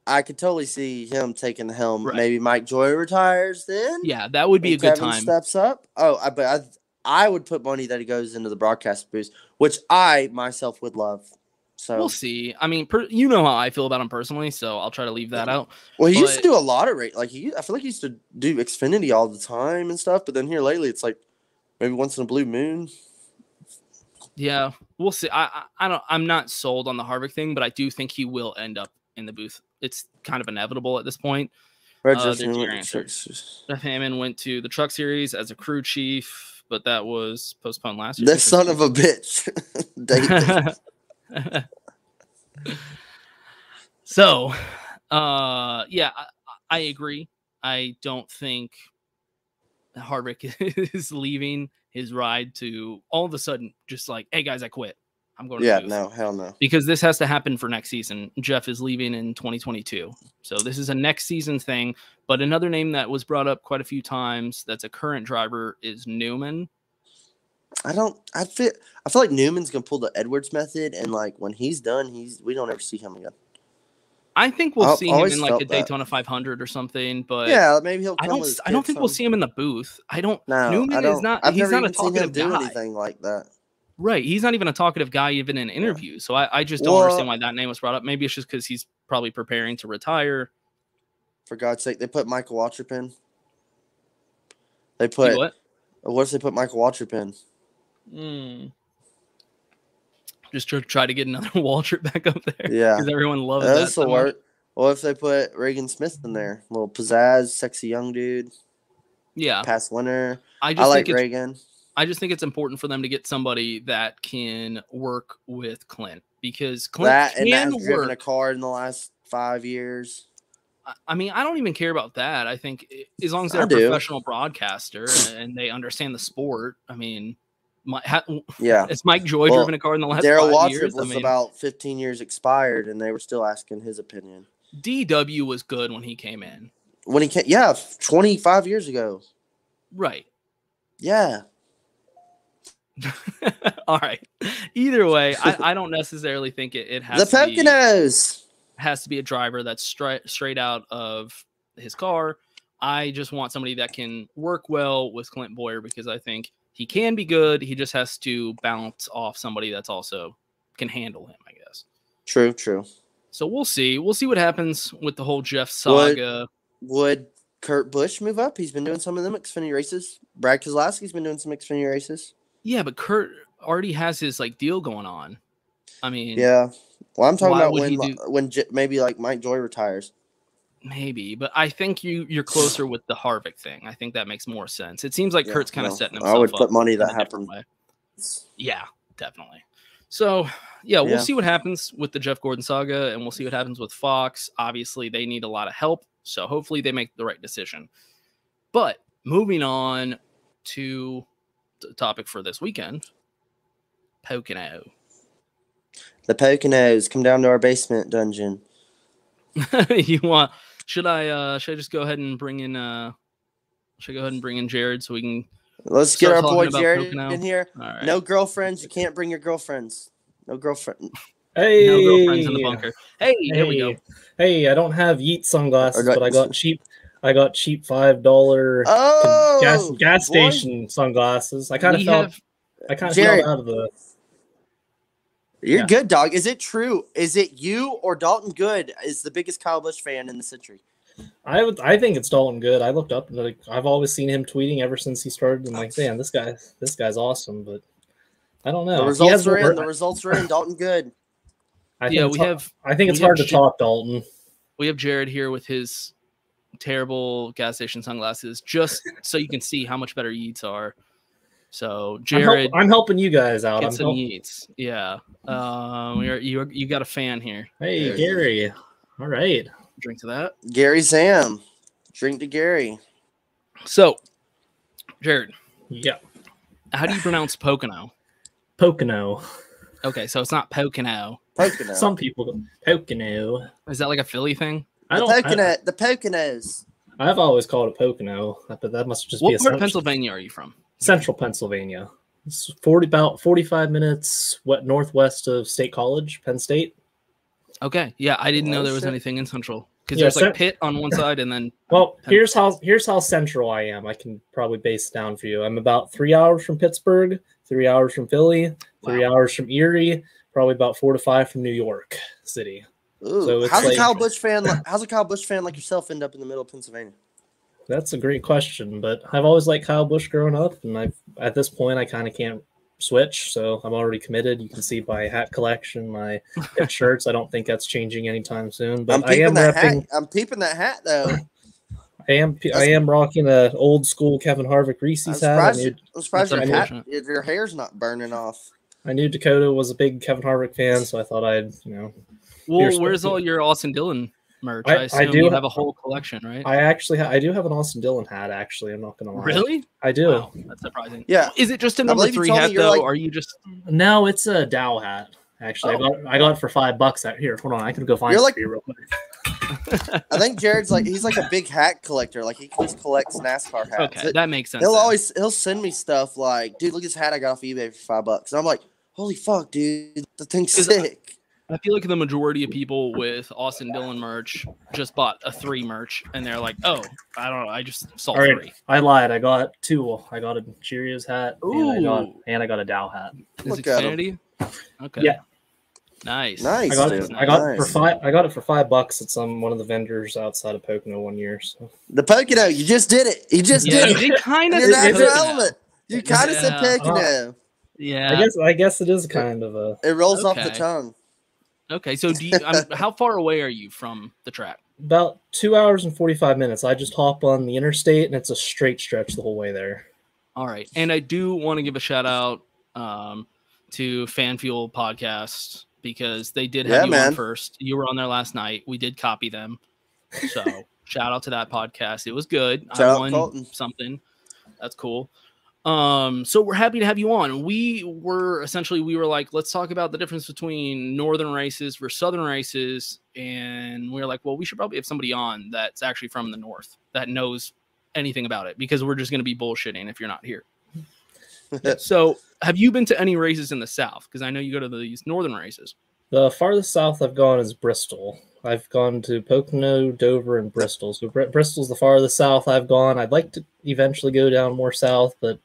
G: I could totally see him taking the helm.
C: Right.
G: Maybe Mike Joy retires then.
C: Yeah, that would be
G: and
C: a good
G: Kevin
C: time.
G: Steps up. Oh, I, but I, I would put money that he goes into the broadcast booth, which I myself would love. So
C: We'll see. I mean, per, you know how I feel about him personally, so I'll try to leave that out.
G: Well, he used to
C: But-
G: do a lot of rate. Like he, I feel like he used to do Xfinity all the time and stuff. But then here lately, it's like maybe once in a blue moon.
C: Yeah, we'll see. I, I I don't. I'm not sold on the Harvick thing, but I do think he will end up in the booth. It's kind of inevitable at this point.
G: Brad
C: Uh,
G: Jefferson
C: there's
G: went
C: your
G: to
C: answer.
G: Texas.
C: Jeff Hammond went to the Truck Series as a crew chief, but that was postponed last year.
G: That son of a bitch. Dayton.
C: So, uh, yeah, I, I agree. I don't think Harvick is leaving his ride to all of a sudden just like, hey guys, I quit. I'm going.
G: yeah,
C: to move."
G: no, hell no.
C: Because this has to happen for next season. Jeff is leaving in 2022. So this is a next season thing. But another name that was brought up quite a few times that's a current driver is Newman.
G: I don't. I feel. I feel like Newman's gonna pull the Edwards method, and like when he's done, he's we don't ever see him again.
C: I think we'll
G: I've
C: see him
G: always
C: in like
G: felt
C: a
G: that.
C: Daytona 500 or something, but
G: yeah, maybe he'll. Come
C: I don't.
G: With
C: s-
G: his
C: I don't
G: kids
C: think we'll
G: some-
C: see him in the booth. I don't.
G: No,
C: Newman
G: I don't,
C: is not.
G: I've
C: he's
G: never
C: not a
G: even seen him
C: talkative
G: do
C: guy.
G: anything like that.
C: Right. He's not even a talkative guy, even in interviews. So I, I just don't
G: Well-
C: understand why that name was brought up. Maybe it's just because he's probably preparing to retire.
G: For God's sake, they put Michael Waltrip in. They put
C: what?
G: What if they put Michael Waltrip in?
C: Mm. Just to try to get another Waltrip back up there.
G: Yeah,
C: Because everyone loves that.
G: That's
C: so
G: the
C: much.
G: word. Well, if they put Reagan Smith in there, little pizzazz, sexy young dude,
C: Yeah.
G: past winner.
C: I
G: I,
C: just
G: like
C: think it's-
G: Reagan.
C: I just think it's important for them to get somebody that can work with Clint because Clint
G: That and
C: can
G: that's driven a
C: work.
G: car in the last five years.
C: I- I mean, I don't even care about that. I think i- as long as
G: I
C: they're a
G: do.
C: professional broadcaster and they understand the sport, I mean, my, ha,
G: Yeah,
C: Has Mike Joy
G: Well,
C: driven a car in the last
G: Darryl Waltrip
C: five years? I
G: was
C: mean-
G: about 15 years expired, and they were still asking his opinion
C: DW was good when he came in.
G: when he came. Yeah, 25 years ago.
C: Right.
G: Yeah,
C: All right. Either way, I, I don't necessarily think it, it has
G: the
C: to be,
G: Poconos.
C: has to be a driver that's stri- straight out of his car. I just want somebody that can work well with Clint Boyer because I think he can be good. He just has to bounce off somebody that's also can handle him, I guess.
G: True, true.
C: So we'll see. We'll see what happens with the whole Jeff
G: Would-
C: saga.
G: Would Kurt Busch move up? He's been doing some of them Xfinity races. Brad Keselowski's been doing some Xfinity races.
C: Yeah, but Kurt already has his like deal going on. I mean,
G: Yeah. Well, I'm talking
C: why
G: about
C: would
G: when
C: he
G: li- when J- maybe like Mike Joy retires.
C: Maybe, but I think you you're closer with the Harvick thing. I think that makes more sense. It seems like
G: Yeah,
C: Kurt's kind of
G: no,
C: setting
G: I
C: himself
G: would
C: up
G: put money
C: in
G: that
C: a different way. Yeah, definitely. So yeah, we'll
G: Yeah.
C: see what happens with the Jeff Gordon saga, and we'll see what happens with Fox. Obviously, they need a lot of help, so hopefully they make the right decision. But moving on to the topic for this weekend, Pocono.
G: The Poconos come down to our basement dungeon.
C: you want should i uh should i just go ahead and bring in uh should i go ahead and bring in jared so we can
G: Let's get
C: start
G: our
C: talking
G: boy
C: about
G: Jared
C: Pocono?
G: in here.
C: All right.
G: No girlfriends. You can't bring your girlfriends. No girlfriend.
C: No girlfriends in the bunker. Hey, here we go.
H: Hey, I don't have Yeet sunglasses,
G: Or do I-
H: but I got cheap. I got cheap five dollar
G: Oh,
H: gas, gas
G: boy.
H: station sunglasses. I kind of
G: We
H: fell.
G: have-
H: I kind of
G: Jared.
H: fell out of the.
G: You're
H: Yeah.
G: good, dog. Is it true? Is it you or Dalton Good is the biggest Kyle Busch fan in the century?
H: I would, I think it's Dalton Good. I looked up. Like, I've always seen him tweeting ever since he started. I'm like, damn, this guy, this guy's awesome. But I don't know.
G: The
H: He
G: results
H: has
G: are in.
H: more-
G: The results are in. Dalton Good.
H: I think
C: yeah
H: it's
C: we
H: hard-
C: have
H: I think
C: we
H: it's
C: have
H: hard to
C: J-
H: top Dalton.
C: we have jared here with his terrible gas station sunglasses just so you can see how much better yeets are so
H: I'm, help-
C: jared
H: I'm helping you guys out.
C: get
H: I'm
C: some
H: help-
C: yeets yeah um you're, you're you got a fan here
H: Hey,
C: There you go.
H: Gary. All right.
C: drink to that
G: Gary Sam. Drink to Gary.
C: so jared
H: yeah
C: how do you pronounce pocono
H: Pocono.
C: okay so it's not pocono
G: Pocono.
H: Some people Pocono.
C: is that like a philly thing
H: I
G: The
H: don't.
G: Pocono.
H: I,
G: the Poconos.
H: I've always called it Pocono, but that must just be a
C: what part
H: central,
C: of pennsylvania are you from
H: central Pennsylvania. It's forty about forty-five minutes what northwest of State College, Penn State.
C: Okay. Yeah, I didn't know
H: Oh,
C: there was
H: shit.
C: anything in Central because
H: Yeah,
C: there's like
H: Cent-
C: Pitt on one side and then
H: Well, here's how here's how central I am. I can probably base it down for you. I'm about three hours from Pittsburgh, three hours from Philly, three hours from Erie, probably about four to five from New York City.
G: Ooh,
H: So it's
G: how's a
H: like-
G: Kyle Busch fan? li- How's a Kyle Busch fan like yourself end up in the middle of Pennsylvania?
H: That's a great question, but I've always liked Kyle Bush growing up, and I at this point I kind of can't switch, so I'm already committed. You can see my hat collection, my Pitt shirts. I don't think that's changing anytime soon,
G: I'm
H: but I
G: peeping
H: am
G: that
H: repping.
G: hat. I'm peeping that hat though.
H: I am I am rocking an old school Kevin Harvick
G: I'm
H: Reese's hat. I
G: surprised.
H: knew,
G: you- I'm surprised your,
H: I knew-
G: hat, if your hair's not burning off.
H: I knew Dakota was a big Kevin Harvick fan, so I thought I'd you know
C: Well,
H: You're
C: where's
H: spooky.
C: all your Austin Dillon merch?
H: I-
C: I,
H: I
C: assume
H: do
C: you
H: ha-
C: have a whole collection, right?
H: I actually, ha- I do have an Austin Dillon hat. Actually, I'm not gonna lie.
C: Really?
H: I do.
C: Wow, that's surprising.
H: Yeah.
C: Is it just a
H: I
C: number
H: believe you
C: three
H: told me
C: hat
H: you're
C: though?
H: like-
C: Are you just
H: No, it's a Dow hat. Actually, I got I got it for five bucks. Out here, hold on, I can go find
G: You're
H: it
G: like-
H: for you real quick.
G: I think Jared's like he's like a big hat collector. Like he just collects NASCAR hats.
C: Okay, that makes sense
G: He'll
C: then.
G: always he'll send me stuff like, dude, look at this hat I got off eBay for five bucks. And I'm like, holy fuck, dude, the thing's sick.
C: I feel like the majority of people with Austin Dillon merch just bought a three merch and they're like, oh, I don't know, I just saw
H: All right,
C: three.
H: I lied. I got two. I got a Cheerios hat. And I got,
C: Ooh.
H: and I got a Dow hat.
C: Is it Xfinity? Okay.
H: Yeah.
C: Nice.
H: I got, it, I got it for
C: Nice.
H: five. I got it for five bucks at some one of the vendors outside of Pocono one year. So.
G: The Pocono, you just did it. You just
H: Yeah,
G: did it.
H: you did kinda
G: You're
H: say
G: not
H: Pocono.
G: relevant. You kind of
H: Yeah.
G: said Pocono.
C: Yeah.
H: I guess I guess it is kind of a.
G: It rolls off the
C: Okay.
G: tongue.
C: Okay, so do you, I'm, how far away are you from the track?
H: About two hours and forty five minutes. I just hop on the interstate and it's a straight stretch the whole way there.
C: All right, and I do want to give a shout out um, to Fan Fuel Podcast because they did have
G: Yeah,
C: you
G: man.
C: on first. You were on there last night. We did copy them, so shout out to that podcast. It was good.
G: Shout out
C: I won
G: Colton.
C: something. That's cool. Um, so we're happy to have you on. We were essentially we were like, let's talk about the difference between northern races versus southern races, and we are like, well, we should probably have somebody on that's actually from the north that knows anything about it because we're just going to be bullshitting if you're not here. so, have you been to any races in the south? Because I know you go to these northern races.
H: The farthest south I've gone is Bristol. I've gone to Pocono, Dover, and Bristol. So Br- Bristol's the farthest south I've gone. I'd like to eventually go down more south, but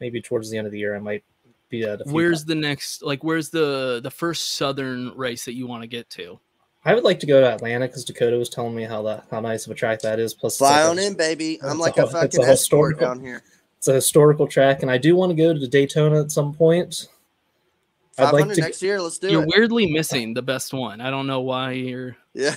H: maybe towards the end of the year I might be at a few
C: Where's the next? Like, where's the the first southern race that you want to get to?
H: I would like to go to Atlanta because Dakota was telling me how that how nice of a track that is. Plus, it's
G: Fly
H: like a-
G: on in, baby. I'm
H: it's
G: like
H: a-
G: a
H: it's a
G: fucking escort
H: historical-
G: down here.
H: It's a historical track, and I do want to go to Daytona at some point. I'd like
G: 500
H: to.
G: next year. Let's do
C: you're
G: it.
C: weirdly missing the best one. I don't know why you're.
G: Yeah.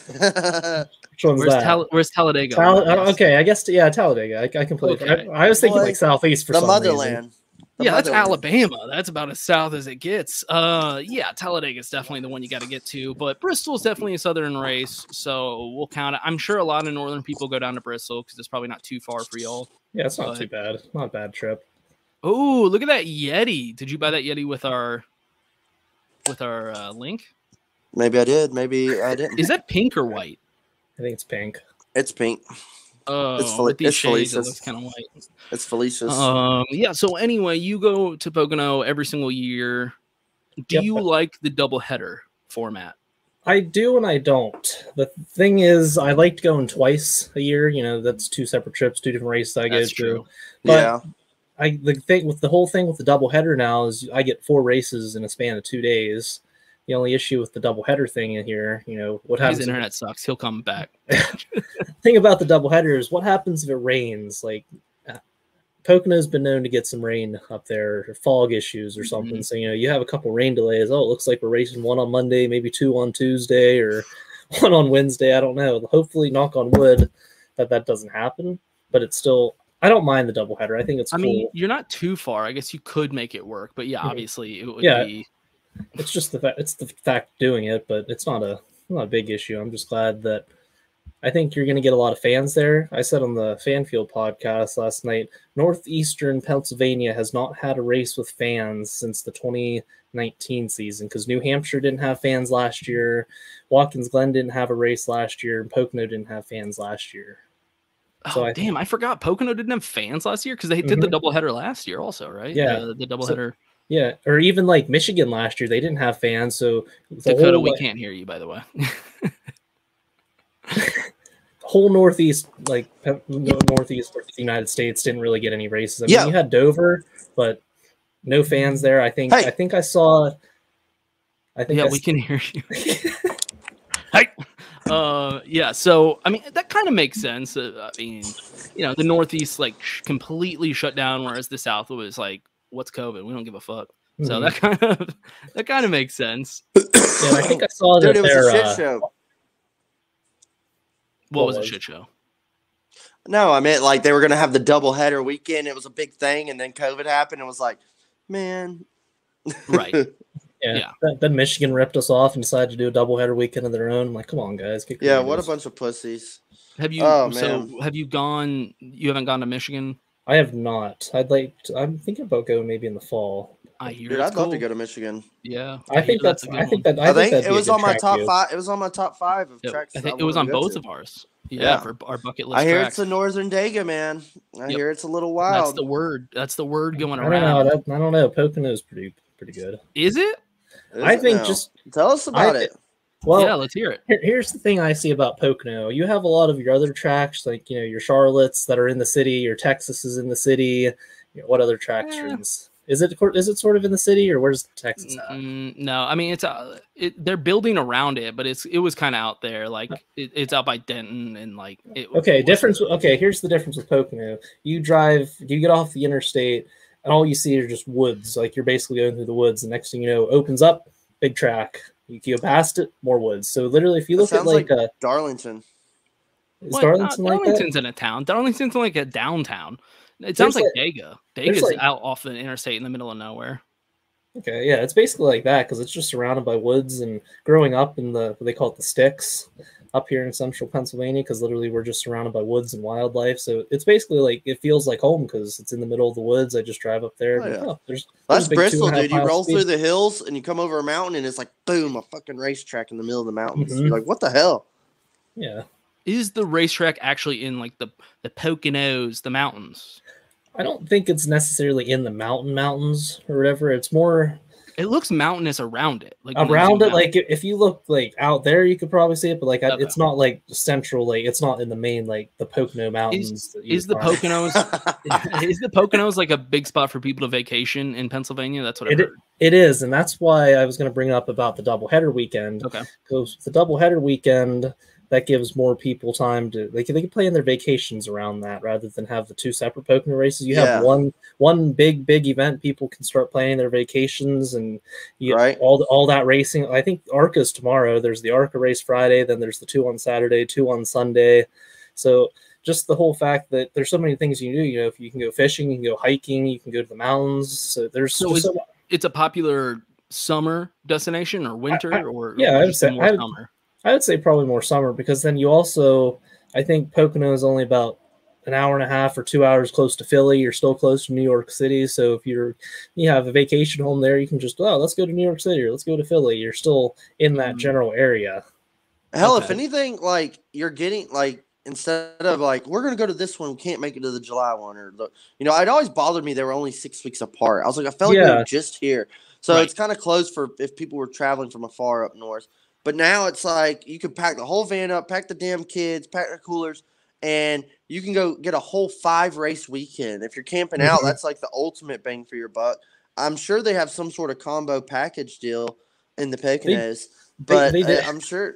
H: Which one's
C: where's,
H: that?
C: Tal- where's Talladega?
H: Tal- uh, okay, I guess yeah, Talladega. I, I completely.
C: Okay.
H: I, I was thinking
C: Well,
H: like southeast for
C: the
H: some
C: motherland.
H: Reason.
C: yeah, that's
H: motherland.
C: Alabama. That's about as south as it gets. Uh, yeah, Talladega is definitely the one you got to get to, but Bristol is definitely a southern race, so we'll count it. I'm sure a lot of northern people go down to Bristol because it's probably not too far for y'all.
H: Yeah, it's not too bad. Not a bad trip.
C: Oh, look at that Yeti! Did you buy that Yeti with our with our uh, link?
G: Maybe I did. Maybe I didn't.
C: Is that pink or white?
H: I think it's pink.
G: It's pink.
C: Oh,
G: It's Fel-
C: with these
G: it's
C: shades, it
G: Felicia's.
C: looks kind of white.
G: It's Felicia's.
H: Uh-uh.
C: Um, yeah. So anyway, you go to Pocono every single year. Do you like the double header format?
H: I do and I don't. The thing is, I liked going twice a year. You know, that's two separate trips, two different races I
C: That's
H: go through.
C: true.
H: But
G: Yeah.
H: I the thing with the whole thing with the double header now is I get four races in a span of two days. The only issue with the double header thing in here, you know, what happens?
C: His internet sucks. He'll come back.
H: thing about the double header is what happens if it rains? Like, uh, Pocono's been known to get some rain up there, or fog issues
C: Mm-hmm.
H: or something. So you know, you have a couple rain delays. Oh, it looks like we're racing one on Monday, maybe two on Tuesday, or one on Wednesday. I don't know. Hopefully, knock on wood, that that doesn't happen. But it's still, I don't mind the double header. I think it's
C: I
H: cool. Mm-hmm.
C: mean, you're not too far. I guess you could make it work, but yeah, obviously it would
H: Yeah.
C: be.
H: it's just the fact it's the fact doing it, but it's not a not a big issue. I'm just glad that I think you're going to get a lot of fans there. I said on the Fanfield podcast last night, northeastern Pennsylvania has not had a race with fans since the 2019 season because New Hampshire didn't have fans last year, Watkins Glen didn't have a race last year, and Pocono didn't have fans last year.
C: oh, damn, I forgot Pocono didn't have fans last year because they did the
H: Mhm.
C: double header last year, also, right?
H: Yeah,
C: the, the double
H: So-
C: header.
H: Yeah, or even like Michigan last year, they didn't have fans, so the
C: Dakota,
H: whole,
C: we
H: like,
C: can't hear you, by the way.
H: whole northeast, like pe- no- northeast of the United States, didn't really get any races. I mean,
G: Yeah.
H: you had Dover, but no fans there. I think.
G: Hey.
H: I think I saw. I think.
C: yeah,
H: I
C: we
H: s-
C: can hear you. Hey, uh, yeah. So I mean, that kind of makes sense. Uh, I mean, you know, the Northeast like sh- completely shut down, whereas the South was like, "What's COVID? We don't give a fuck." So
H: Mhm.
C: that kind of that kind of makes sense.
H: yeah, I think I saw that
G: Dude, it was
H: their,
G: a shit
H: uh,
G: show.
C: What was a
G: was-
C: shit show?
G: No, I meant like they were gonna have the double header weekend. It was a big thing, and then COVID happened. and was like, man,
C: Right.
H: Yeah.
C: Yeah.
H: Then, then Michigan ripped us off and decided to do a doubleheader weekend of their own. I'm like, come on, guys. Get
G: Yeah, what a
H: creative."
G: bunch of pussies.
C: Have you
G: Oh, man.
C: so have you gone you haven't gone to Michigan?
H: I have not. I'd like. To, I'm thinking about going maybe in the fall.
C: I hear
G: Dude,
C: it's
G: I'd love to
C: cool.
G: go to Michigan.
C: Yeah.
H: I think
C: hear
H: that's-
C: a good
H: I think
C: one.
H: that- I I think think that'd
G: It
H: be a
G: was
H: good
G: on my
H: track
G: top
H: field.
G: five. It was on my top five of tracks.
C: I
G: that
C: think it was
G: wanted
C: on
G: to go
C: both
G: to.
C: of ours. Yeah, for our bucket list
G: I hear
C: tracks.
G: it's the Northern Dega, man. I
C: Yep.
G: hear it's a little
C: That's
G: wild.
C: the word. That's the word going
H: I don't know.
C: around.
H: That, I don't know. Pocono is pretty pretty good.
C: Is it?
H: I think just
G: tell us about it.
H: Well,
C: yeah, let's hear it.
H: Here, here's the thing I see about Pocono. You have a lot of your other tracks, like you know your Charlottes that are in the city, your Texas is in the city. You know, what other tracks are in this? Is it cor- is it sort of in the city or where's Texas? At?
C: Mm, no, I mean it's uh, it, they're building around it, but it's it was kind of out there. Like it, it's out by Denton and like it.
H: Okay, difference. Okay, here's the difference with Pocono. You drive, you get off the interstate, and all you see are just woods. Like you're basically going through the woods. The next thing you know, opens up, big track. You go past it, more woods. So literally, if you
G: That
H: look at
G: sounds
H: like, uh,
G: like
H: a
G: Darlington,
H: is
C: What?
H: Darlington
C: No,
H: like that?
C: Darlington's in a town. Darlington's in like a downtown. It sounds
H: There's
C: like
H: like-
C: Dega.
H: there's
C: Dega's
H: like-
C: out off the interstate in the middle of nowhere.
H: Okay, yeah, it's basically like that because it's just surrounded by woods. And growing up in the what they call it the sticks up here in central Pennsylvania, because literally we're just surrounded by woods and wildlife. So it's basically like it feels like home because it's in the middle of the woods. I just drive up there.
G: Oh,
H: and,
G: yeah.
H: oh, there's, there's
G: That's
H: a big two
G: Bristol,
H: and a half
G: dude. You
H: mile
G: roll through
H: speed.
G: the hills and you come over a mountain, and it's like boom, a fucking racetrack in the middle of the mountains.
H: Mhm.
G: You're like, what the hell?
H: Yeah.
C: Is the racetrack actually in like the the Poconos, the mountains?
H: I don't think it's necessarily in the mountain mountains or whatever. It's more
C: It looks mountainous around it. Like when you
H: around
C: zoom
H: it.
C: out.
H: Like if if you look like out there, you could probably see it, but like I it's not like central. Like it's not in the main like the Pocono Mountains.
C: is,
H: that you
C: is the
H: find.
C: Poconos is the Poconos like a big spot for people to vacation in Pennsylvania? That's what I
H: It,
C: heard.
H: it is, and that's why I was going to bring up about the doubleheader weekend.
C: Okay.
H: Because the doubleheader weekend that gives more people time to they can, they can plan their vacations around that rather than have the two separate Pocono races. You
G: Yeah.
H: have one one big big event people can start planning their vacations and you
G: Right.
H: all all that racing. I think Arca's tomorrow. There's the Arca race Friday, then there's the two on Saturday, two on Sunday. So just the whole fact that there's so many things you can do. You know, if you can go fishing, you can go hiking, you can go to the mountains. So there's
C: So
H: just
C: is,
H: so much.
C: it's a popular summer destination or winter or
H: yeah, I
C: or
H: would
C: just
H: say-
C: more
H: I would-
C: summer.
H: I would say probably more summer because then you also, I think Pocono is only about an hour and a half or two hours close to Philly. You're still close to New York City, so if you're you have a vacation home there, you can just oh let's go to New York City or let's go to Philly. You're still in that general area.
G: Hell, if
H: Okay.
G: anything, like you're getting like instead of like we're gonna go to this one, we can't make it to the July one or the you know, it always bothered me they were only six weeks apart. I was like, I felt like they
H: Yeah.
G: were just here. So
H: Right.
G: it's kind of close for if people were traveling from afar up north. But now it's like you could pack the whole van up, pack the damn kids, pack their coolers, and you can go get a whole five race weekend. If you're camping out,
H: Mhm.
G: that's like the ultimate bang for your buck. I'm sure they have some sort of combo package deal in the Poconos, but
D: they do.
G: I- I'm sure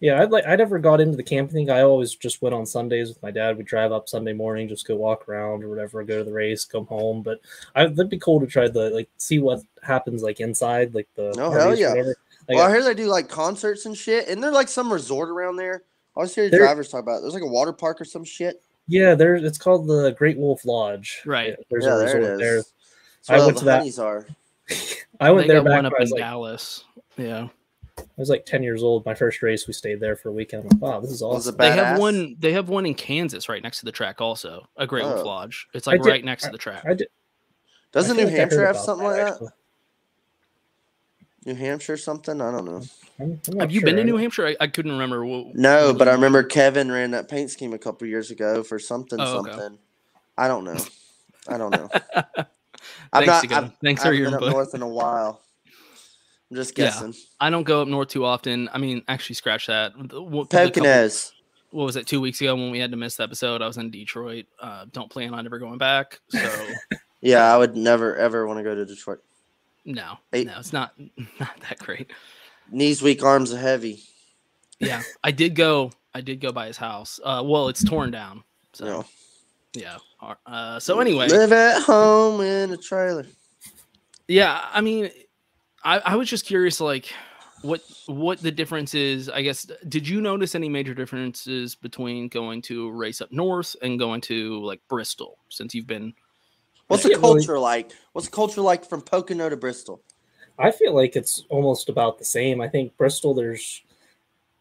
H: Yeah, I'd like I never got into the camping thing. I always just went on Sundays with my dad. We'd drive up Sunday morning, just go walk around or whatever, go to the race, come home. But I that'd be cool to try the like see what happens like inside, like the
G: No,
H: parties
G: hell
H: or
G: yeah.
H: whatever. Like,
G: well, I hear they do like concerts and shit, and there like some resort around there. I always hear
H: There-
G: drivers talk about. it. There's like a water park or some shit.
H: yeah, there's it's called the Great Wolf Lodge.
C: Right.
H: Yeah, there's
G: Yeah,
H: a
G: there it
H: resort
G: is.
H: there.
G: That's where
H: I
G: all
H: went
G: the
H: to that.
G: honeys are.
H: I went
C: They
H: there
C: got
H: back
C: one up
H: when I
C: in
H: was like
C: Dallas. Yeah.
H: I was like ten years old. My first race, we stayed there for a weekend. I'm like, wow, this is awesome.
C: They have one. They have one in Kansas, right next to the track. Also, a Great Wolf
H: Oh.
C: Lodge. It's
H: I
C: like
H: did-
C: right next to the track.
H: I did.
G: Doesn't
H: feel
G: New
H: like I heard
G: Hampshire have
H: about
G: something
H: that,
G: like that? New Hampshire or something? I don't know.
C: Have you been to New Hampshire? I, I couldn't remember. What,
G: No, but I remember Kevin ran that paint scheme a couple years ago for something
C: Oh, okay.
G: something. I don't know. I don't know.
C: Thanks again. Thanks for
G: I haven't
C: your
G: been up
C: input.
G: north in a while. I'm just guessing.
C: I don't go up north too often. I mean, actually, scratch that. The- what- the couple-
G: Poconos.
C: What was it? Two weeks ago when we had to miss the episode, I was in Detroit. Uh, don't plan on ever going back. So
G: Yeah, I would never ever want to go to Detroit.
C: no,
G: Hey.
C: no, it's not not that great.
G: Knees weak, arms are heavy.
C: Yeah, I did go. I did go by his house. Uh, well, it's torn down. So
G: No.
C: yeah. Ar- Uh, so anyway,
G: live at home in a trailer.
C: Yeah, I mean, I, I was just curious, like, what what the difference is. I guess did you notice any major differences between going to a race up north and going to like Bristol since you've been?
G: What's the culture like? What's the culture like from Pocono to Bristol?
H: I feel like it's almost about the same. I think Bristol, there's,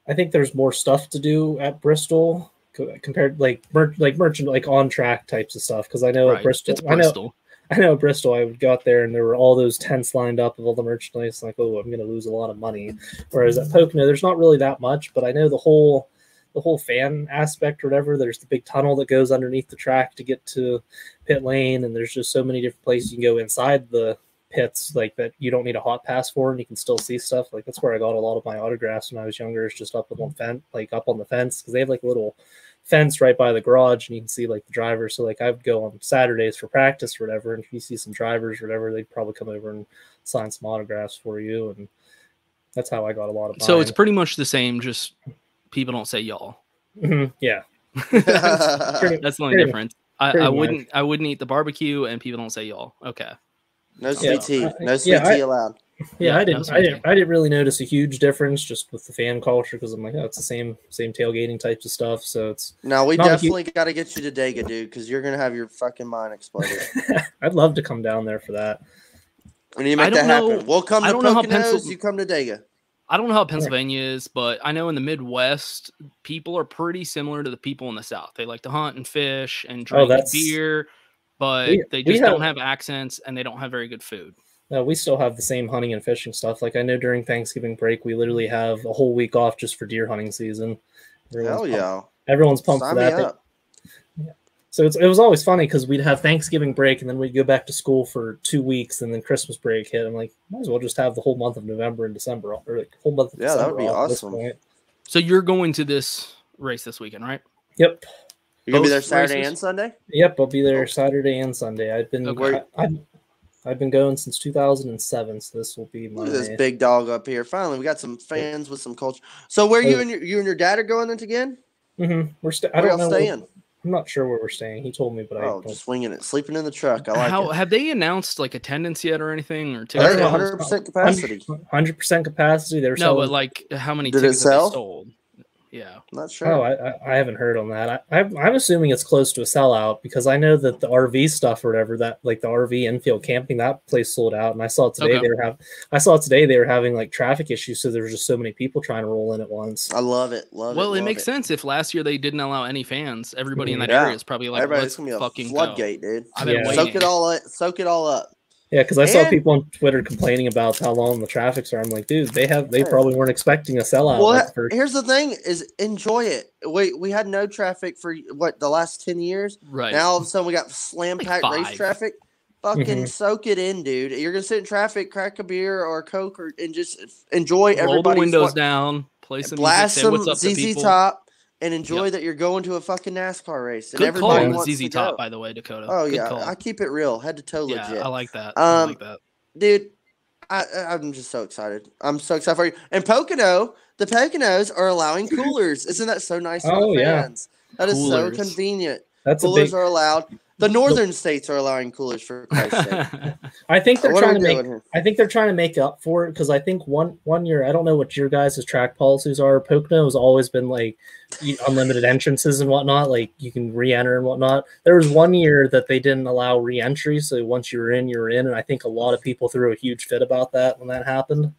H: I think there's more stuff to do at Bristol co- compared like mer- like merchant like on track types of stuff. Because I know
C: Right,
H: at Bristol,
C: it's Bristol.
H: I know, I know at Bristol, I would go out there and there were all those tents lined up of all the merchandise. Like, oh, I'm going to lose a lot of money. Whereas at Pocono, there's not really that much. But I know the whole the whole fan aspect or whatever. There's the big tunnel that goes underneath the track to get to pit lane, and there's just so many different places you can go inside the pits like that you don't need a hot pass for and you can still see stuff like that's where i got a lot of my autographs when i was younger it's just up on the fence like up on the fence because they have like a little fence right by the garage and you can see like the drivers so like i'd go on saturdays for practice or whatever and if you see some drivers or whatever they'd probably come over and sign some autographs for you and that's how i got a lot of
C: So it's
H: mine.
C: pretty much the same. Just people don't say y'all.
H: Mhm, yeah
C: that's,
H: Pretty-
C: that's the only
H: pretty-
C: difference. I,
H: pretty
C: I
H: much.
C: wouldn't I wouldn't eat the barbecue and people don't say y'all. Okay.
G: No
H: Yeah.
G: sweet tea.
H: I-
G: No
H: yeah,
G: sweet
H: I-
G: tea allowed.
H: Yeah,
C: Yeah,
H: I
C: that
H: didn't,
C: was
H: I didn't, I didn't really notice a huge difference just with the fan culture because I'm like, oh, it's the same, same tailgating types of stuff. So it's
G: No, we
H: not a hu-
G: definitely got to get you to Dega, dude, because you're gonna have your fucking mind exploded.
H: I'd love to come down there for that.
G: We need to make that happen. we'll come to
C: I don't know how
G: Poconos.
C: Pencil-
G: you come to Dega.
C: I don't know how Pennsylvania is, but I know in the Midwest, people are pretty similar to the people in the South. They like to hunt and fish and
H: Oh,
C: drink
H: that's-
C: beer, but
H: we-
C: they
H: we
C: just don't have accents and they don't have very good food.
H: No, we still have the same hunting and fishing stuff. Like I know during Thanksgiving break, we literally have a whole week off just for deer hunting season.
G: Hell yeah.
H: pumped- everyone's pumped
G: Sign
H: for
G: me
H: that. They-
G: up.
H: So it's, it was always funny because we'd have Thanksgiving break and then we'd go back to school for two weeks and then Christmas break hit. I'm like, might as well just have the whole month of November and December off, or like the whole month of
G: Yeah, that
H: December
G: would be
H: off at this
G: awesome.
H: point.
C: So you're going to this race this weekend, right?
H: Yep.
G: You're gonna be
C: Both
G: there Saturday
C: races?
G: and Sunday.
H: Yep, I'll be there Saturday and Sunday. I've been
G: Okay.
H: I, have I've been going since 2007, so this will be my
G: Look at this big dog up here. Finally, we got some fans with some culture. So where you
H: Oh.
G: and your, you and your dad are going in again?
H: Mhm. We're sta- I
G: Where
H: don't
G: y'all
H: know.
G: staying?
H: I'm not sure where we're staying. He told me, but I
G: Oh,
H: don't.
G: just swinging it, sleeping in the truck. I like
C: How
G: it.
C: have they announced like attendance yet or anything
G: They're
C: or tickets?
G: at 100% capacity.
H: 100 percent capacity. They're
C: No, but
H: selling-
C: like how many
G: Did it
C: tickets have they
G: sell?
C: sold? Yeah.
G: Not sure.
H: Oh, I, I- I haven't heard on that. I, I'm, I'm assuming it's close to a sellout because I know that the RV stuff or whatever that like the RV infield camping that place sold out, and I saw today
C: Okay.
H: they were have I saw today they were having like traffic issues, so there was just so many people trying to roll in at once.
G: I love it. Love it.
C: Well, it
G: love
C: makes sense if last year they didn't allow any fans. Everybody in that
G: Yeah.
C: area is probably like,
G: Everybody, it's
C: let's
G: gonna be a
C: fucking go.
G: floodgate, dude.
C: I've been
H: Yeah.
C: waiting.
G: Soak it all up. Soak it all up.
H: Yeah, because I saw
G: And-
H: people on Twitter complaining about how long the traffics are. I'm like, dude, they have they
G: Yeah.
H: probably weren't expecting a sellout.
G: Well,
H: like,
G: he-
H: for-
G: here's the thing: is enjoy it. We we had no traffic for what the last ten years.
C: Right.
G: now, all of a sudden, we got slam packed
C: five.
G: race traffic. Fucking
C: Mm-hmm.
H: Mhm.
G: soak it in, dude. You're gonna sit in traffic, crack a beer or a coke, or, and just enjoy
C: Roll the
G: everybody's
C: windows
G: wa-
C: down, play some
G: blast
C: music, say
G: some
C: what's up to
G: ZZ
C: people.
G: Top, and enjoy that you're going to a fucking NASCAR race. And
C: Good call
G: everybody
C: on
G: wants
C: the
G: to
C: ZZ Top,
G: go.
C: by the way, Dakota.
G: Oh
C: Good
G: yeah,
C: call.
G: I keep it real, head to toe,
C: yeah,
G: legit.
C: I like that. I
G: Um,
C: like that.
G: dude. I, I- I'm just so excited. I'm so excited for you. And Pocono, the Poconos are allowing coolers. Isn't that so nice?
H: Oh,
G: for
H: yeah.
G: fans? That is
C: Coolers.
G: so convenient.
H: That's a
G: coolers
H: big-
G: are allowed. The northern states are allowing coolers for Christ's sake.
H: I think they're
G: What are
H: trying to
G: we
H: make.
G: doing here?
H: I think they're trying to make up for it because I think one one year I don't know what your guys' track policies are. Pocono has always been like you- unlimited entrances and whatnot, like you can re-enter and whatnot. There was one year that they didn't allow re-entry, so once you were in, you were in, and I think a lot of people threw a huge fit about that when that happened.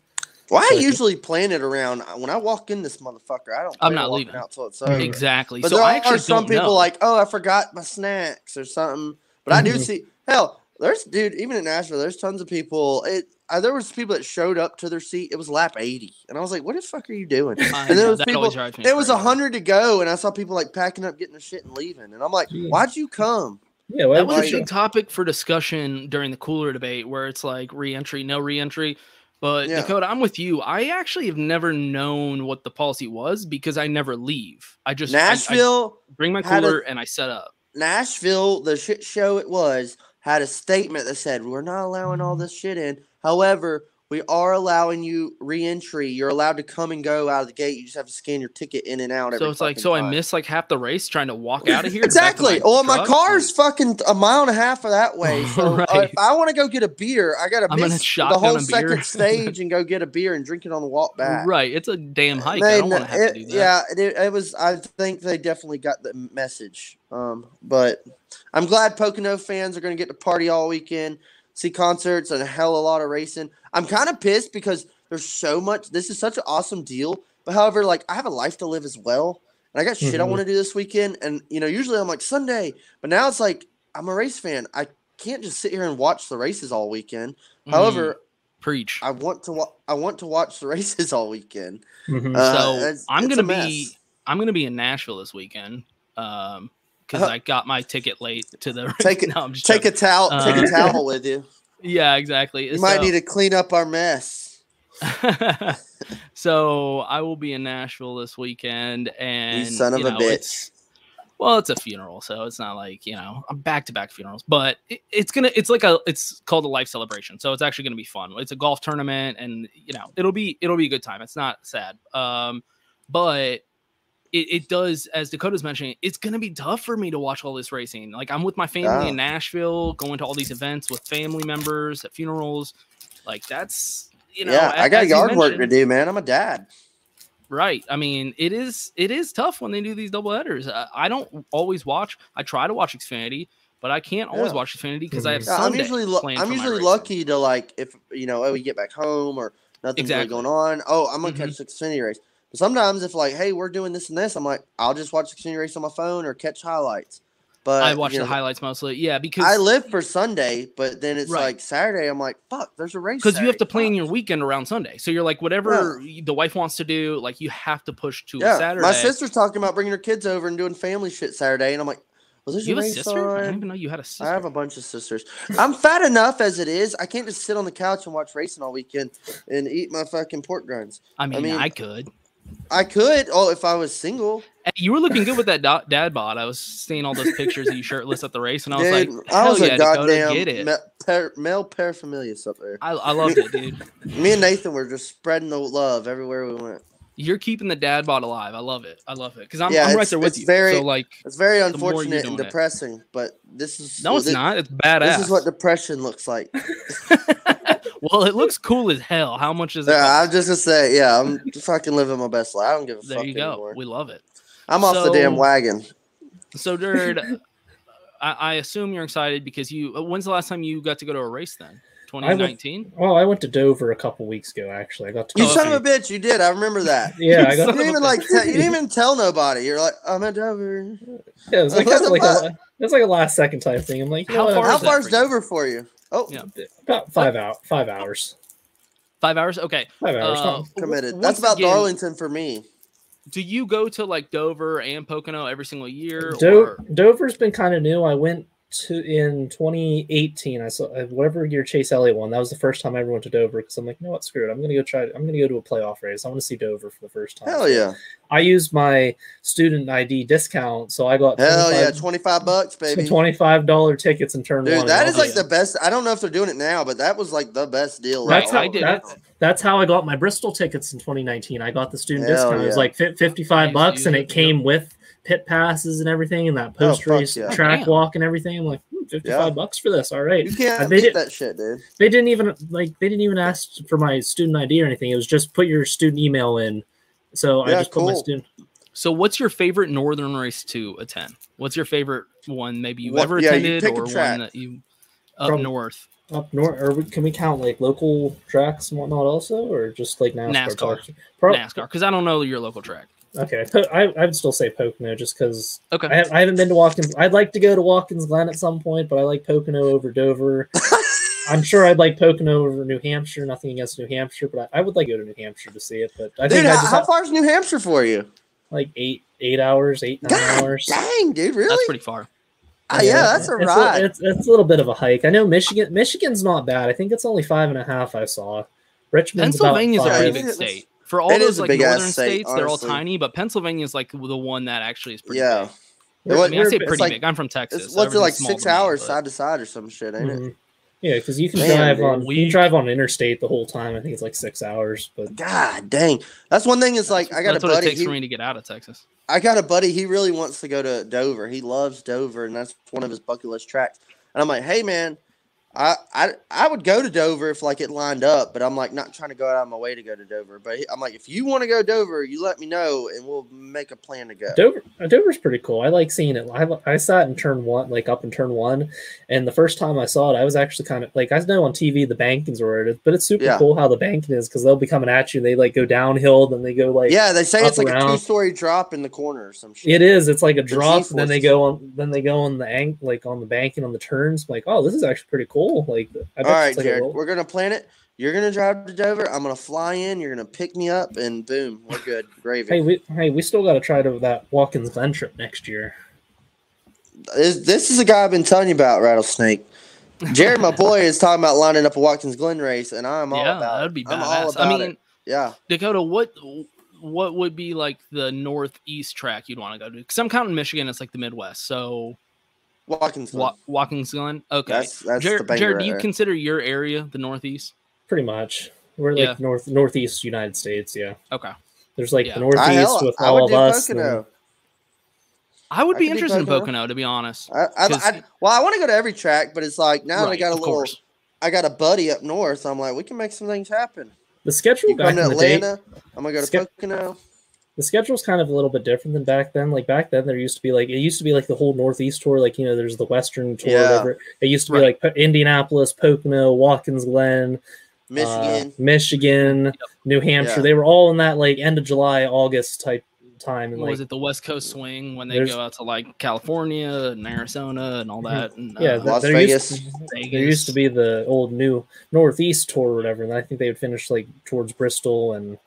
G: Well, I
H: Like-
G: usually plan it around uh, when I walk in this motherfucker. I don't.
C: I'm
G: plan
C: not
G: walking
C: leaving.
G: out till it's
H: Mm-hmm.
G: over.
C: Exactly.
G: But
C: so
G: there
C: I
G: are
C: actually
G: some
C: don't
G: people
C: know. Mm-hmm.
G: like, oh, I forgot my snacks or something. But I do
H: Mhm.
G: see hell. There's dude, even in Nashville, there's tons of people. It uh, there was people that showed up to their seat. It was lap eighty, and I was like, "What the fuck are you doing?"
C: I
G: and
C: know,
G: there was
C: that
G: people.
C: always drives me
G: It was hundred to go, and I saw people like packing up, getting their shit, and leaving. And I'm like, "Why'd you come?"
H: Yeah,
C: that was a
G: like,
C: big topic for discussion during the cooler debate where it's like reentry, no reentry. But
G: Yeah.
C: Dakota, I'm with you. I actually have never known what the policy was because I never leave. I just I- I
G: Nashville
C: bring my
G: had a-
C: cooler and I set up.
G: Nashville, the shit show it was, had a statement that said, We're not allowing
C: Mm-hmm.
G: all this shit in. However, we are allowing you re entry. You're allowed to come and go out of the gate. You just have to scan your ticket in and out.
C: So
G: every
C: it's like,
G: fucking
C: so I
G: time."
C: missed like half the race trying to walk out of here.
G: Exactly.
C: Oh,
G: Well, my car's fucking a mile and a half of that way. So uh,
C: Right.
G: if I want to go get a beer, I got to
C: I'm gonna
G: miss the
C: shotgun a
G: whole
C: beer.
G: second stage and go get a beer and drink it on the walk back.
C: Right. It's a damn hike. I
G: They
C: don't want
G: kn-
C: to have to do
G: it-
C: that.
G: Yeah, it, it was. I think they definitely got the message. Um, but I'm glad Pocono fans are going to get to party all weekend, see concerts, and a hell of a lot of racing. I'm kind of pissed because there's so much. This is such an awesome deal. But however, like I have a life to live as well, and I got shit I
C: Mhm.
G: want to do this weekend. And you know, usually I'm like Sunday, but now it's like I'm a race fan. I can't just sit here and watch the races all weekend. However,
C: Mm-hmm. Mm, preach.
G: I want to. Wa- I want to watch the races all weekend.
C: Mhm.
G: Uh,
C: so
G: it's-
C: I'm
G: it's a
C: gonna
G: mess.
C: be I'm gonna be in Nashville this weekend. Um because
G: Uh,
C: I got my ticket late to the
G: Take it.
C: No, I'm just
G: take a
C: joking.
G: towel. take a
C: Um,
G: towel with you.
C: Yeah, exactly.
G: You might
C: So-
G: need to clean up our mess.
C: So I will be in Nashville this weekend, and
G: son of a bitch.
C: it's- well, it's a funeral, so it's not like you know I'm back to back funerals, but it, it's gonna it's like a it's called a life celebration, so it's actually gonna be fun. It's a golf tournament, and you know it'll be it'll be a good time. It's not sad, um, but it, it does as dakota's mentioning it's going to be tough for me to watch all this racing like i'm with my
G: Yeah.
C: family in nashville going to all these events with family members at funerals like that's you know
G: yeah,
C: a-
G: I got
C: as you
G: yard work to
C: mentioned-
G: do, man. I'm a dad.
C: right i mean it is it is tough when they do these double headers I, I don't always watch i try to watch xfinity but i can't always
G: Yeah.
C: watch xfinity because i have
G: Yeah, I'm
C: Sunday
G: usually lu-
C: planned
G: I'm
C: for my
G: usually
C: race.
G: lucky to like if you know oh we get back home or nothing's really
C: Exactly. Mm-hmm.
G: going on. Oh, I'm gonna catch the Xfinity race. But sometimes if like hey we're doing this and this, I'm like I'll just watch the Xfinity race on my phone or catch highlights. But
C: i
G: uh, you
C: watch
G: know,
C: the highlights mostly yeah because
G: I live for Sunday, but then it's
C: Right.
G: like Saturday. I'm like fuck, there's a race
C: because you have
G: Saturday.
C: to plan your weekend around Sunday. So you're like, whatever y- the wife wants to do, like you have to push to a Saturday.
G: My sister's talking about bringing her kids over and doing family shit Saturday, and I'm like, "Was this your
C: You have a
G: race
C: sister? I
G: on?"
C: didn't even know you had a sister.
G: I have a bunch of sisters. I'm fat enough as it is. I can't just sit on the couch and watch racing all weekend and eat my fucking pork grinds.
C: I mean, I,
G: mean,
C: could.
G: I could. Oh, if I was single,
C: Hey, You were looking good with that do- dad bod. I was seeing all those pictures of you shirtless at the race, and I was
G: dude,
C: like,
G: I
C: Hell
G: was
C: yeah,
G: a goddamn
C: Dakota, get it.
G: me- par- male paraphernalia up there.
C: I, I loved it, dude.
G: Me and Nathan were just spreading the love everywhere we went.
C: You're keeping the dad bod alive. I love it. I love it because I'm,
G: Yeah,
C: I'm right
G: it's-
C: there with
G: it's
C: you.
G: Very,
C: so like,
G: it's very
C: the more you're
G: unfortunate and
C: doing it-
G: depressing, but this is
C: No, it's
G: thi-
C: not. It's
G: This
C: badass.
G: is what depression looks like.
C: well, it looks cool as hell. How much is it?
G: Yeah,
C: cost?
G: I'm just gonna say, yeah, I'm fucking living my best life. I don't give a
C: there
G: fuck
C: you go.
G: anymore.
C: We love it.
G: I'm off the damn
C: So-
G: wagon.
C: So, Jared, I, I assume you're excited because you. uh, When's the last time you got to go to a race? Then
H: I went-
C: 2019.
H: Oh, I went to Dover a couple weeks ago. Actually, I got to.
G: You
H: go
G: son
H: see-
G: of a bitch, you did. I remember that.
H: Yeah, I got-
G: you didn't even like. Te- you didn't even tell nobody. You're like, I'm at Dover.
H: Yeah, it was like,
G: What the
H: like a,
G: fuck?
H: la- it's like a last second type thing. I'm like, you know
C: How
H: what,
C: far
G: How
C: is that
G: far
C: for
G: is
C: you?
G: Dover for you? Oh,
C: Yeah.
H: about five out, five hours.
C: Five hours. Okay.
H: Five hours,
C: Uh,
H: something.
C: w-
G: committed.
C: once
G: That's about
C: again,
G: Darlington for me.
C: Do you go to like Dover and Pocono every single year?
H: Do-
C: or-
H: Dover's been kind of new. I went to in 2018. I saw uh, whatever year Chase Elliott won. That was the first time I ever went to Dover because I'm like, you know what, screw it. I'm gonna go try. I'm gonna go to a playoff race. I want to see Dover for the first time.
G: Hell yeah.
H: I used my student ID discount, so I got
G: Hell yeah. Twenty five bucks, baby.
H: twenty five dollar tickets in turn one.
G: Dude, that
H: and
G: is
H: all
G: like the best. I don't know if they're doing it now, but that was like the best deal.
H: That's
G: like,
H: how that's, that's how I got my Bristol tickets in 2019. I got the student
G: Hell
H: discount. It was
G: yeah.
H: like fif- 55
C: Nice,
H: bucks, and
C: dude.
H: it came with pit passes and everything, and that
G: Oh,
H: post
G: fuck
H: race
G: yeah.
H: track
C: Damn.
H: walk and everything. I'm like, hmm, 55
G: Yeah.
H: bucks for this. All right.
G: you
H: And
G: can't
H: they
G: beat
H: did.
G: that shit, dude.
H: They didn't even like. They didn't even ask for my student ID or anything. It was just put your student email in. So
G: Yeah,
H: I just put my
G: cool.
H: student.
C: So, what's your favorite northern race to attend? What's your favorite one? Maybe you
G: What-
C: ever
G: yeah, you
C: attended,
G: pick a
C: or one
G: track.
C: that you up
H: From-
C: north?
H: Up north, or we, can we count like local tracks and whatnot also, or just like NASCAR?
C: NASCAR.
H: Pro-
C: NASCAR, because I don't know your local track.
H: Okay, po- I, I would still say Pocono just because
C: okay.
H: I, ha- I haven't been to Watkins. I'd like to go to Watkins Glen at some point, but I like Pocono over Dover. I'm sure I'd like Pocono over New Hampshire. Nothing against New Hampshire, but I, I would like to go to New Hampshire to see it. But I
G: Dude,
H: think I
G: how,
H: just
G: how
H: have
G: far is New Hampshire for you?
H: like eight eight hours, eight nine hours.
G: Dang, dude, really? That's
C: pretty far.
G: Ah, yeah, that's a
H: it's
G: ride.
H: It's, it's a little bit of a hike. I know Michigan. Michigan's not bad. I think it's only five and a half. I saw. Richmond's about
C: Pennsylvania's a pretty
H: five.
C: big state. For all
G: It
C: those
G: is a
C: like
G: big-ass
C: northern
G: state,
C: states, they're all
G: honestly.
C: tiny, but Pennsylvania's like the one that actually is pretty
G: Yeah.
C: big. I
G: What-
C: mean, I say
G: it's
C: pretty
G: like-
C: big. I'm from Texas.
G: It's,
C: so
G: what's it like
C: everything's small
G: six
C: to me,
G: hours
C: but-
G: side to side or some shit, ain't
H: Mhm.
G: it?
H: Yeah, because you can
G: Man,
H: drive
G: dude.
H: on you can drive on interstate the whole time. I think it's like six hours. But
G: God dang, that's one thing. Is like I got
C: That's
G: a
C: what
G: buddy.
C: it takes
G: he-
C: for me to get out of Texas.
G: I got a buddy. He really wants to go to Dover. He loves Dover, and that's one of his bucket list tracks. And I'm like, hey man, I I I would go to Dover if like it lined up, but I'm like not trying to go out of my way to go to Dover. But he- I'm like, if you want to go Dover, you let me know, and we'll make a plan to go.
H: Dover, uh, Dover's pretty cool. I like seeing it. I, li- I sat in turn one, like up in turn one, and the first time I saw it, I was actually kind of like I know on TV the bankings were it is, but it's super
G: Yeah.
H: cool how the banking is because they'll be coming at you. and They like go downhill, then they go like
G: yeah, they say
H: up
G: it's like a
H: around.
G: two story drop in the corner or some shit.
H: It is. It's like a
G: The
H: drop, and then they
G: G-forces.
H: go on. Then they go on the ank, like on the banking on the turns. like, oh, this is actually pretty cool. Like, I bet
G: All right,
H: it's like a
G: Jared,
H: little-
G: we're gonna plan it. You're gonna drive to Dover. I'm gonna fly in. You're gonna pick me up, and boom, we're good. Gravy.
H: hey, we hey, we still got to try to that Watkins Glen trip next year.
G: this, this is a guy I've been telling you about, Rattlesnake. Jared, my boy, is talking about lining up a Watkins Glen race, and I'm all
C: yeah,
G: about
C: that'd
G: it.
C: be badass.
G: I'm all
C: I
G: about
C: mean,
G: it. Yeah.
C: Dakota, what what would be like the northeast track you'd want to go to? Because I'm counting Michigan, it's like the Midwest. So
G: Watkins
C: Wa- Watkins Glen. Okay.
G: That's- that's the
C: Jared,
G: banger
C: Jared,
G: right
C: do you
G: there.
C: consider your area the northeast?
H: Pretty much, we're like
C: Yeah.
H: north northeast United States. Yeah,
C: Okay.
H: there's like
C: Yeah.
H: the
C: I
H: northeast
G: hell-
H: with
G: I would
H: all of
G: do
H: us.
G: Pocono.
H: and-
C: I would
G: I
C: be
G: could do
C: interested in
G: Pocono.
C: Pocono, to be honest.
G: I, I,
C: 'Cause-
G: I, well, I want to go to every track, but it's like now that I
C: Right,
G: got a
C: of
G: little,
C: course.
G: I got a buddy up north. I'm like, we can make some things happen.
H: The schedule
G: You
H: back
G: come
H: in
G: to
H: the day,
G: Atlanta. I'm gonna go to
H: Skip- Uh,
G: Pocono.
H: the schedule's kind of a little bit different than back then. Like back then, there used to be like it used to be like the whole Northeast tour. Like you know, there's the Western tour.
G: Yeah.
H: Whatever. It used to be like Po- Indianapolis, Pocono, Watkins Glen, uh,
G: Michigan.
H: Michigan, New Hampshire.
C: Yeah.
H: They were all in that like end of July, August type time. And
C: what was
H: like
C: it the West Coast swing when they
H: There's- Mm-hmm.
C: go out to like California and Arizona and all that? And,
H: yeah,
C: uh,
H: th- there Used to, there used to be the old new Northeast tour, or whatever, and I think they would finish like towards Bristol and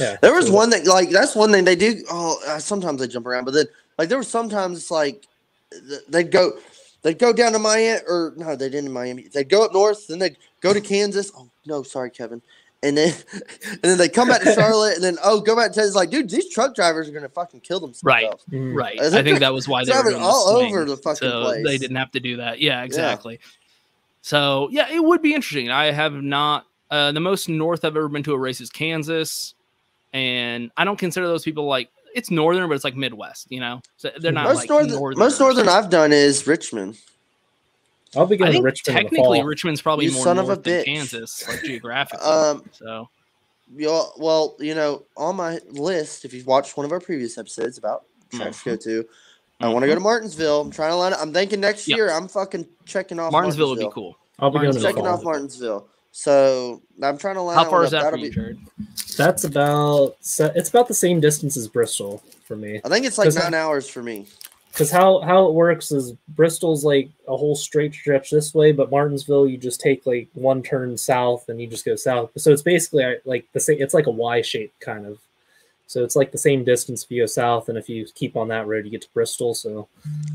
H: yeah.
G: There was
H: so-
G: one thing like that's one thing they do. Oh, uh, sometimes they jump around, but then like there was sometimes it's like th- they'd go, they'd go down to Miami, or no, they didn't in Miami. They'd go up north, then they'd go to Kansas. Oh no, sorry, Kevin. And then, and then they come back to Charlotte, and then oh, go back to Texas. Like, dude, these truck drivers are gonna fucking kill themselves.
C: Right,
H: Mm.
C: right.
G: As
C: I
G: if
C: think
G: they're
C: that was why they were
G: driving
C: doing
G: all
C: the swing,
G: over the fucking
C: so
G: place.
C: They didn't have to do that. Yeah, exactly. So yeah, it would be interesting. I have not uh, the most north I've ever been to a race is Kansas, and I don't consider those people like it's northern, but it's like Midwest. You know, so they're not
G: most
C: like
G: northern,
C: northern.
G: most northern I've done is Richmond.
H: I'll be
C: I
H: going to
C: think
H: Richmond. in the
C: technically
H: fall.
C: Richmond's probably
G: You
C: more
G: son of a
C: north than
G: bitch.
C: Kansas, like geographically.
G: Um,
C: so
G: you all well, you know, on my list, if you've watched one of our previous episodes about tracks
C: Mm-hmm.
G: to go to, I want to go to Martinsville. I'm trying to line. Up. I'm thinking next
C: Yep.
G: year. I'm fucking checking off
C: Martinsville would be cool.
H: I'll be going
G: I'm
H: to the
G: checking
H: fall.
G: off Martinsville. So I'm trying to line.
C: How
G: that
C: far
G: one
C: is
G: up.
C: that
G: That'll
C: from you,
G: be-
C: Jared?
H: That's about se- it's about the same distance as Bristol for me.
G: I think it's like
H: Cause,
G: nine hours for me.
H: Because how how it works is Bristol's like a whole straight stretch this way, but Martinsville you just take like one turn south and you just go south. So it's basically uh, like the same. It's like a Y shape kind of. So it's like the same distance if you go south, and if you keep on that road, you get to Bristol. So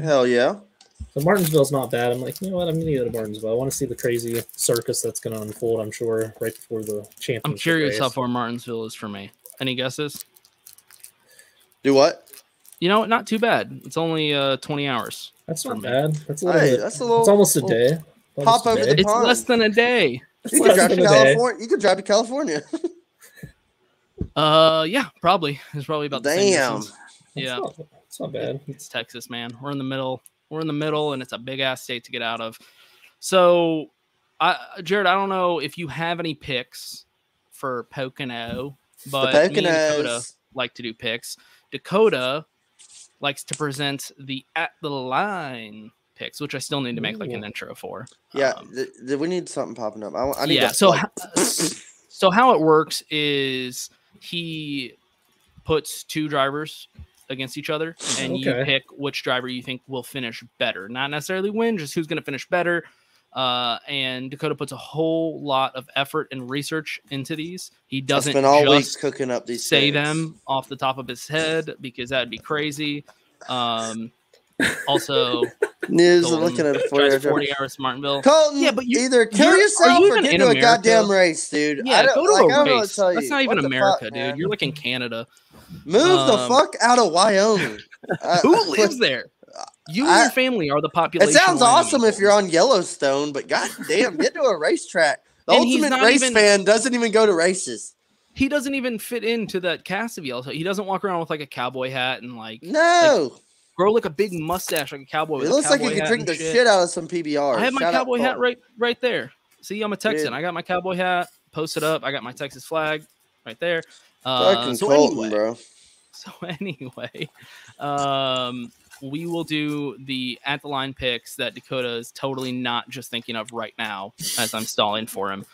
G: Hell yeah.
H: so Martinsville's not bad. I'm like, you know what? I'm gonna go to Martinsville. I want to see the crazy circus that's gonna unfold. I'm sure right before the championship.
C: I'm curious
H: race.
C: how far Martinsville is for me. Any guesses?
G: Do what?
C: You know, what? not too bad. It's only uh 20 hours.
H: That's
C: for
H: not
C: me.
H: bad. That's a little.
G: Hey,
H: bit,
G: that's
H: It's
G: a little-
H: almost a
G: little
H: day. Almost
G: pop
H: a
G: over the
H: day.
C: It's
G: pond.
C: less than a day.
G: You could
H: less
G: drive to
H: than a day.
G: California. You could drive to California.
C: Uh, yeah, probably. It's probably about the same
G: Damn.
C: distance. Yeah,
H: It's not, it's not bad.
C: it's Texas, man. We're in the middle. We're in the middle, and it's a big ass state to get out of. So, I, Jared, I don't know if you have any picks for Pocono, but me and Dakota
G: Poconos.
C: like to do picks. Dakota likes to present the at the line picks, which I still need to make like an intro for.
G: yeah, th- th- we need something popping up. I, wa- I need
C: um, yeah.
G: to,
C: So,
G: like,
C: ho- so how it works is he puts two drivers against each other, and you
H: Okay.
C: pick which driver you think will finish better. Not necessarily win, just who's going to finish better. Uh, and Dakota puts a whole lot of effort and research into these. He doesn't
G: spent all week
C: just
G: cooking up these
C: say
G: things.
C: them off the top of his head because that'd be crazy. Um, also,
G: Niz, I'm
C: Colton
G: looking at it for
C: drives
G: you.
C: 40 hours to Martinsville.
G: Colton, yeah, but you, either kill
C: you're- are
G: yourself
C: you
G: or
C: even
G: get
C: in
G: into a
C: America?
G: goddamn race, dude.
C: Yeah,
G: I don't,
C: go to
G: like, I
C: a
G: don't know what
C: race.
G: to tell you.
C: That's not even
G: What the
C: America,
G: fuck,
C: dude.
G: man?
C: You're like in Canada.
G: Move the
C: Um,
G: fuck out of Wyoming. I-
C: Who
G: I-
C: lives there? You and
G: I-
C: your family are the
G: It
C: population.
G: sounds
C: of Wyoming.
G: awesome if you're on Yellowstone, but goddamn, get to a racetrack. The
C: And he's
G: ultimate
C: not
G: race
C: even-
G: fan doesn't even go to races.
C: He doesn't even fit into that cast of Yellowstone. He doesn't walk around with like a cowboy hat and like
G: No.
C: like, grow like a big mustache like a cowboy.
G: It
C: with a
G: looks like you
C: cowboy
G: could
C: hat
G: drink
C: and
G: the shit out of some PBR.
C: I have my
G: Shout out
C: cowboy
G: Paul.
C: hat right right there. See, I'm a Texan.
G: Dude.
C: I got my cowboy hat posted up. I got my Texas flag right there. Uh,
G: Fucking
C: so
G: Colton,
C: anyway,
G: bro.
C: so anyway, um, we will do the at the line picks that Dakota is totally not just thinking of right now as I'm stalling for him.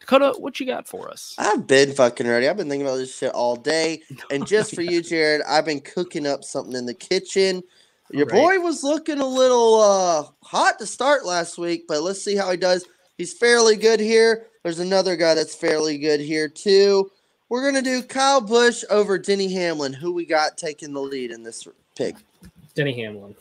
C: Dakota, what you got for us?
G: I've been fucking ready. I've been thinking about this shit all day. And just for you, Jared, I've been cooking up something in the kitchen. Your
C: Alright.
G: boy was looking a little uh, hot to start last week, but let's see how he does. He's fairly good here. There's another guy that's fairly good here, too. We're going to do Kyle Bush over Denny Hamlin. Who we got taking the lead in this pick?
H: Denny Hamlin.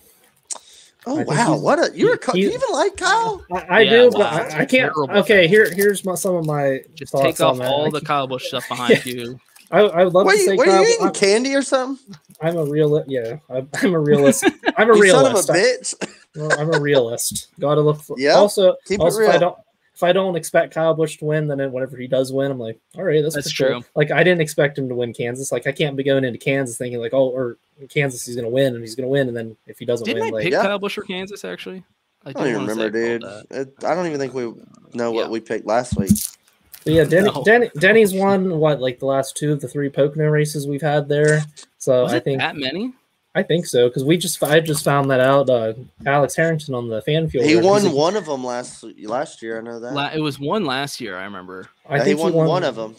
G: Oh,
H: I think
G: wow.
H: he's-
G: What a. You're a. Ky- Do you
H: he's-
G: even like Kyle?
H: I do, but I, I can't. Okay, here here's my, some of my
C: Just
H: thoughts
C: take off
H: on that.
C: all
H: I
C: the
H: can't-
C: Kyle Busch stuff behind you.
H: I, I would love
G: What
H: to
G: are you-
H: say
G: what are you
H: Kyle.
G: eating,
H: I'm,
G: candy or something?
H: I'm a realist. Yeah, I'm, I'm a realist. I'm a
G: You son of a
H: realist. I-
G: bitch.
H: well, I'm a realist. Gotta look. For,
G: Yeah,
H: Also,
G: keep it
H: also if I
G: real.
H: don't if I don't expect Kyle Bush to win, then whenever he does win, I'm like, all right, that's,
C: That's
H: pretty cool.
C: true.
H: Like I didn't expect him to win Kansas. Like I can't be going into Kansas thinking like, oh, or Kansas he's gonna win and he's gonna win, and then if he doesn't
C: Didn't
H: win,
C: I
H: like
C: pick Kyle Busch for Kansas actually?
G: I
C: do
G: don't even
C: wanna say
G: remember, dude. It- I don't even think we know what we picked last week.
H: But yeah, Denny,
C: No.
H: Denny, Denny's won what like the last two of the three Pocono races we've had there. So
C: Was
H: I
C: it
H: think
C: that many?
H: I think so because we just I just found that out. Uh, Alex Harrington on the fan field.
G: He
H: He's
G: won
H: like-
G: one of them last last year. I know that.
C: La- it was one last year. I remember.
H: I
G: Yeah,
H: think
G: he won, one of them.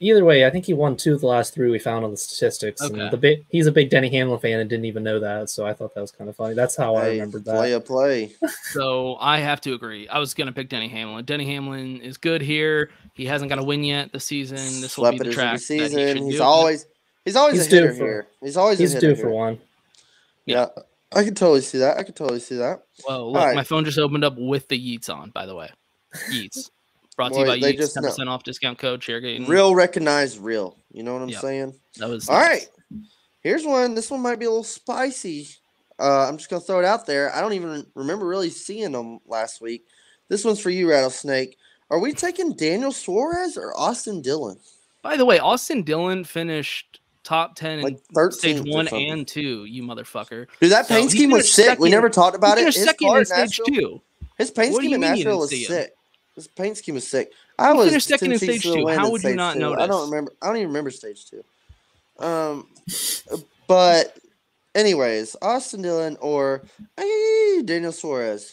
H: Either way, I think he won two of the last three we found on the statistics.
C: Okay.
H: And the bit he's a big Denny Hamlin fan and didn't even know that, so I thought that was kind of funny. That's how Oh, I
G: Hey,
H: remembered that.
G: play a play.
C: So I have to agree. I was gonna pick Denny Hamlin. Denny Hamlin is good here. He hasn't got a win yet this season. This will
G: Slept
C: be
G: it
C: the
G: his
C: track.
G: rookie
C: that he should
G: season. He's
C: do.
G: always he's always
H: He's
G: a
H: due
G: hitter
H: for-
G: here. He's always
H: He's
G: a
H: due
G: hitter
H: for
G: here.
H: one.
G: Yeah. I can totally see that. I can totally see that.
C: Whoa,
G: All
C: look,
G: right.
C: my phone just opened up with the Yeats on, by the way. Yeats. Brought to
G: Boy,
C: you by
G: they
C: Yeats,
G: just
C: ten
G: know.
C: percent off discount code Chairgate.
G: Real recognize real. You know what I'm
C: Yeah.
G: saying?
C: That was
G: All right. Here's one. This one might be a little spicy. Uh, I'm just gonna throw it out there. I don't even remember really seeing them last week. This one's for you, Rattlesnake. Are we taking Daniel Suarez or Austin Dillon?
C: By the way, Austin Dillon finished top ten in
G: Like
C: stage
G: 13th or
C: one
G: something.
C: and two. You motherfucker.
G: Dude, that paint
C: he
G: scheme was
C: finished
G: sick. We never talked about
C: he
G: it.
C: Finished
G: His
C: second
G: car
C: in
G: at
C: stage
G: Nashville-
C: two.
G: His paint
C: What do
G: scheme
C: you
G: in
C: mean you didn't
G: Nashville was
C: see him?
G: sick. His paint scheme was sick. I
C: He
G: was
C: finished second in
G: Tennessee's
C: stage
G: to
C: two.
G: win
C: How
G: in
C: would you
G: stage
C: not
G: two. I
C: notice?
G: don't remember. I don't even remember stage two. Um, but anyways, Austin Dillon or eh, Daniel Suarez.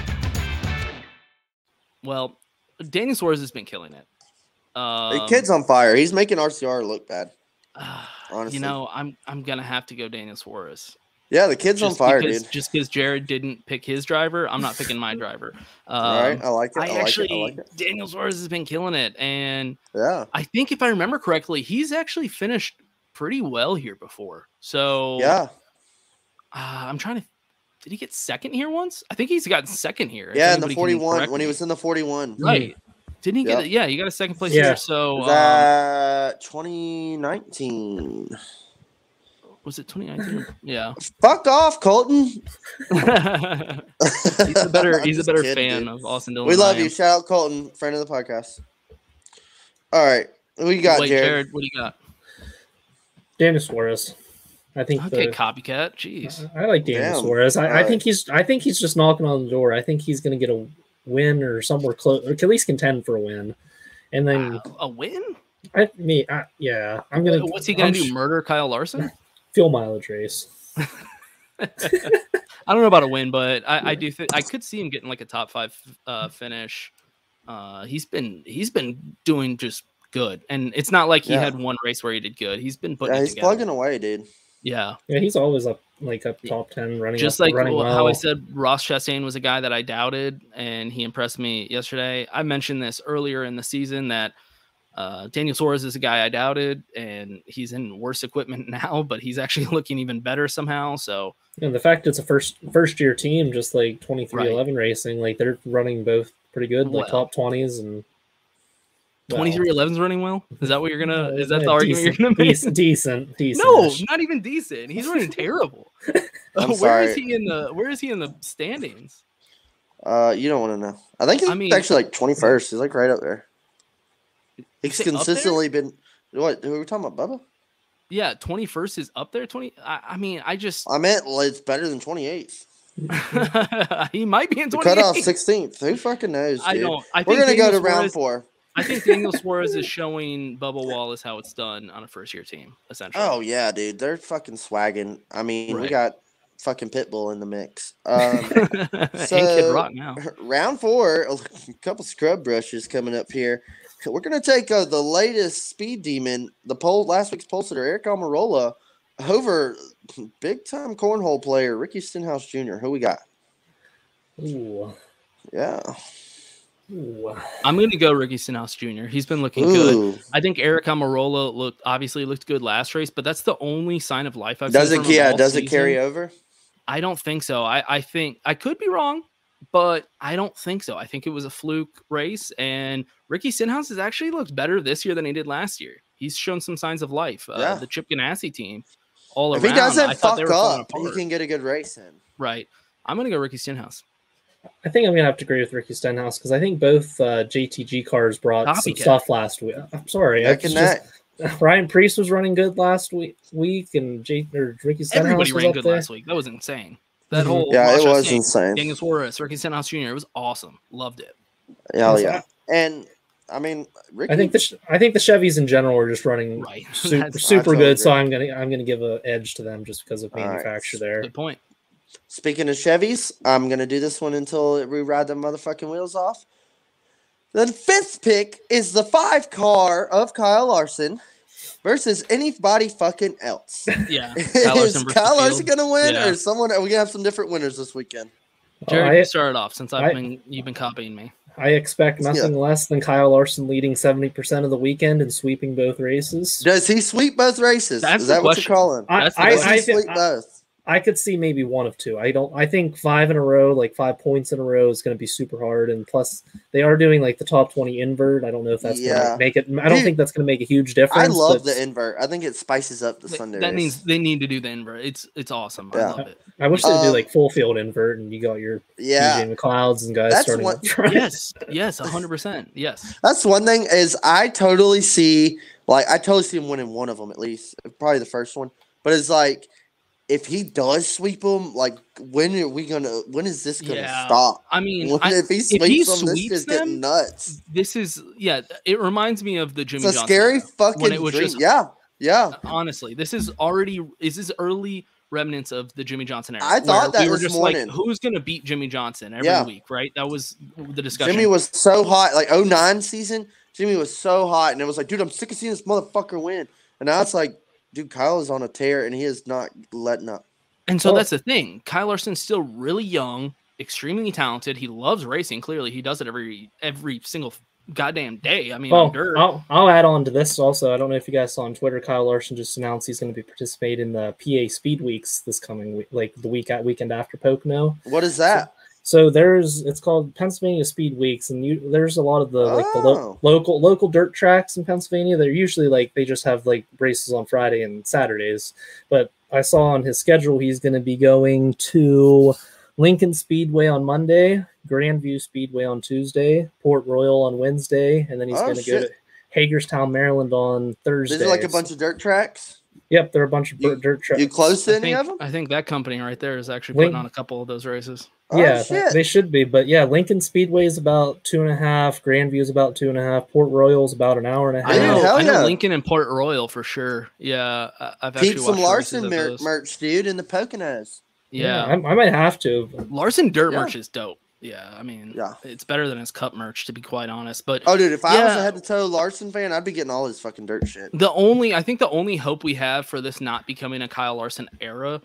C: Well, Daniel Suarez has been killing it.
G: The
C: Um,
G: kid's on fire. He's making RCR look bad. Honestly,
C: you know, I'm I'm gonna have to go Daniel Suarez.
G: Yeah, the kid's on
C: Just
G: fire,
C: because,
G: dude.
C: Just because Jared didn't pick his driver, I'm not picking my driver.
G: All right,
C: Um,
G: I like it. I,
C: I
G: like it.
C: actually,
G: I like it.
C: Daniel Suarez has been killing it, and
G: Yeah.
C: I think if I remember correctly, he's actually finished pretty well here before. So
G: Yeah.
C: uh, I'm trying to. Did he get second here once? I think he's gotten second here. if
G: Yeah, in the
C: anybody can
G: 41
C: correct
G: when he
C: me.
G: was in the 41.
C: Right. Didn't he
G: Yep.
C: get? A, yeah, he got a second place
G: Yeah.
C: here. So
G: Was
C: um,
G: that 2019.
C: was it 2019? yeah,
G: Fuck off, Colton.
C: he's a better.
G: I'm
C: He's a
G: just
C: better
G: kidding,
C: fan
G: dude.
C: of Austin Dillon.
G: We
C: than I
G: love you.
C: am.
G: Shout out Colton, friend of the podcast. All right. What you got,
C: Wait,
G: Jared?
C: Jared, what do you got?
H: Daniel Suarez. I think
C: Okay,
H: the-
C: copycat. Jeez.
H: I like Daniel Suarez. I, I think he's I think he's just knocking on the door. I think he's going to get a win or somewhere close, or at least contend for a win. And then
C: a win.
H: I me I, yeah, I'm gonna.
C: What's he gonna
H: I'm
C: do?
H: sh-
C: Murder Kyle Larson?
H: Fuel mileage race.
C: I don't know about a win, but I, I do think I could see him getting like a top five uh, finish. Uh, he's been he's been doing just good, and it's not like he
H: Yeah.
C: had one race where he did good. He's been putting
G: Yeah,
C: it
G: he's
C: together.
G: plugging away, dude.
C: yeah,
H: Yeah, he's always up like up top ten running.
C: just
H: up-
C: like
H: running
C: wh- how I
H: well.
C: said Ross Chastain was a guy that I doubted, and he impressed me yesterday. I mentioned this earlier in the season that uh, Daniel Suarez is a guy I doubted, and he's in worse equipment now, but he's actually looking even better somehow. So
H: And the fact it's a first first year team, just like twenty three
C: Right.
H: eleven racing, like they're running both pretty good, like
C: Well.
H: top twenties and. well,
C: twenty three eleven's running well. Is that what you're gonna? Is that the
H: yeah,
C: argument you're
H: decent,
C: gonna make?
H: Decent, decent, decent.
C: No, not even decent. He's running terrible.
G: I'm
C: Where is
G: sorry.
C: he in the? Where is he in the standings?
G: Uh, you don't want to know. I think he's
C: I mean-
G: actually like 21st. He's like right up there. He's
C: Is it up there?
G: consistently been. What? Who were we talking about, Bubba?
C: Yeah, twenty first is up there. Twenty. I, I mean, I just
G: I meant well, it's better than 28th.
C: he might be in
G: The
C: twenty.
G: cutoff 16th. Who fucking knows? Dude?
C: I don't. I
G: we're gonna
C: think
G: go to
C: Daniel
G: round
C: Suarez-
G: four.
C: I think Daniel Suarez is showing Bubble Wallace how it's done on a first year team, essentially.
G: Oh yeah, dude, they're fucking swagging. I mean, we
C: Right.
G: got fucking Pitbull in the mix. Um,
C: And Kid
G: so,
C: Rock now.
G: Round four, a couple scrub brushes coming up here. We're gonna take uh, the latest speed demon, the poll last week's poll sitter, Eric Almirola, over big time cornhole player Ricky Stenhouse Jr. Who we got?
H: Ooh.
G: Yeah,
H: Ooh.
C: I'm going to go Ricky Sinhouse Jr. He's been looking
G: Ooh.
C: good. I think Eric Amarola looked obviously looked good last race, but that's the only sign of life I've
G: does
C: seen.
G: it?
C: from him
G: Yeah,
C: all
G: does it carry
C: season.
G: over?
C: I don't think so. I, I think I could be wrong, but I don't think so. I think it was a fluke race, and Ricky Sinhouse has actually looked better this year than he did last year. He's shown some signs of life. Uh,
G: Yeah.
C: The Chip Ganassi team, all
G: If
C: around.
G: he doesn't
C: I thought
G: fuck
C: they were falling
G: up, he
C: apart.
G: can get a good race in.
C: Right. I'm gonna go Ricky Stenhouse.
H: I think I'm gonna have to agree with Ricky Stenhouse because I think both uh, JTG cars brought some
C: Copycat.
H: stuff last week. I'm sorry,
G: Neck
H: it's
G: and
H: just- Ryan Priest was running good last week. Week and J- or Ricky Stenhouse
C: Everybody
H: was
C: ran
H: up
C: good
H: there.
C: last week. That was insane. That
H: Mhm.
C: whole
G: Yeah, it
C: Ross
G: was
C: Chastain,
G: insane.
C: Daniel Suarez, Ricky Stenhouse Jr. It was awesome. Loved it.
G: Hell
H: That's-
G: yeah! And I mean, Ricky.
H: I think the Ch- I think the Chevys in general are just running
C: Right.
H: super,
C: That's-
H: super
G: I totally
H: good. So
G: agree.
H: I'm gonna I'm gonna give a edge to them just because of
G: All right.
H: manufacture there.
C: Good point.
G: Speaking of Chevys, I'm gonna do this one until we ride the motherfucking wheels off. The fifth pick is the five car of Kyle Larson versus anybody fucking else.
C: Yeah.
G: is
C: versus
G: Kyle Larson
C: Field.
G: gonna win,
C: Yeah.
G: or someone? Are we gonna have some different winners this weekend?
C: Jared,
H: Oh, I-
C: you started off since I've
H: I-
C: been you've been copying me.
H: I expect nothing less than Kyle Larson leading seventy percent of the weekend and sweeping both races.
G: Does he sweep both races?
C: That's
G: is
C: the
G: that what you're
C: question.
G: calling?
H: I-
C: That's the
H: I-
G: Does he
H: I-
G: sweep uh,
H: I-
G: both?
H: I could see maybe one of two. I don't. I think five in a row, like five points in a row, is going to be super hard. And plus, they are doing like the top twenty invert. I don't know if that's
G: Yeah.
H: going to make it. I don't
G: Dude,
H: think that's going to make a huge
G: I
H: difference.
G: love
H: but
G: the invert. I think it spices up the
C: Th-
G: Sunday.
C: That
G: race.
C: means they need to do the invert. It's it's awesome.
G: Yeah.
C: I love it.
H: I wish they'd do
G: Um,
H: like full field invert, and you got your
G: Yeah.
H: DJ McLeods and guys
G: That's
H: starting.
G: what-
H: up front.
C: Yes. Yes. hundred percent. Yes.
G: That's one thing is I totally see like I totally see him winning one of them at least, probably the first one. But it's like if he does sweep them, like when are we gonna? When is this gonna
C: Yeah.
G: stop?
C: I mean,
G: When-
C: I-
G: if he
C: if he
G: sweeps them, this
C: sweeps
G: is getting
C: them,
G: nuts.
C: This is yeah. It reminds me of the Jimmy.
G: It's a
C: Johnson
G: scary
C: era,
G: fucking
C: when it was
G: dream.
C: just uh,
G: yeah, yeah.
C: honestly, this is already is this early remnants of the Jimmy Johnson era.
G: I thought that
C: we were
G: this
C: just
G: morning.
C: like, who's gonna beat Jimmy Johnson every
G: Yeah.
C: week, right? That was the discussion.
G: Jimmy was so hot, like 09 season. Jimmy was so hot, and it was like, dude, I'm sick of seeing this motherfucker win. And now it's like, dude, Kyle is on a tear, and he is not letting up.
C: And so
H: Well-
C: that's the thing. Kyle Larson's still really young, extremely talented. He loves racing. Clearly, he does it every every single goddamn day. I mean,
H: Well,
C: on dirt.
H: I'll, I'll add on to this also. I don't know if you guys saw on Twitter, Kyle Larson just announced he's going to be participating in the PA Speed Weeks this coming week, like the week at weekend after Pocono.
G: What is that?
H: So there's it's called Pennsylvania Speed Weeks, and you, there's a lot of the like the lo-
G: Oh.
H: local local dirt tracks in Pennsylvania. They're usually like they just have like races on Friday and Saturdays. But I saw on his schedule he's going to be going to Lincoln Speedway on Monday, Grandview Speedway on Tuesday, Port Royal on Wednesday, and then he's
G: Oh,
H: going to go to
G: shit.
H: Hagerstown, Maryland on Thursday.
G: These are like a bunch of dirt tracks.
H: Yep, there are a bunch of dirt tracks.
C: I think, I think that company right there is actually
H: Link-
C: putting on a couple of those races.
H: yeah, th- they should be. But yeah, Lincoln Speedway is about two and a half. Grandview is about two and a half. Port Royal is about an hour and a half.
C: I know, I know Lincoln and Port Royal for sure. Yeah, I- I've actually
G: Keep some
C: watched races
G: Larson
C: at
G: mer-
C: those.
G: merch, dude, in the Poconos.
C: Yeah,
H: I, I might have to.
C: Larson dirt
G: Yeah.
C: merch is dope. Yeah, I mean, it's better than his cup merch to be quite honest. But
G: Oh, dude, if I was
C: yeah,
G: a head to toe Larson fan, I'd be getting all his fucking dirt shit.
C: the only I think the only hope we have for this not becoming a Kyle Larson era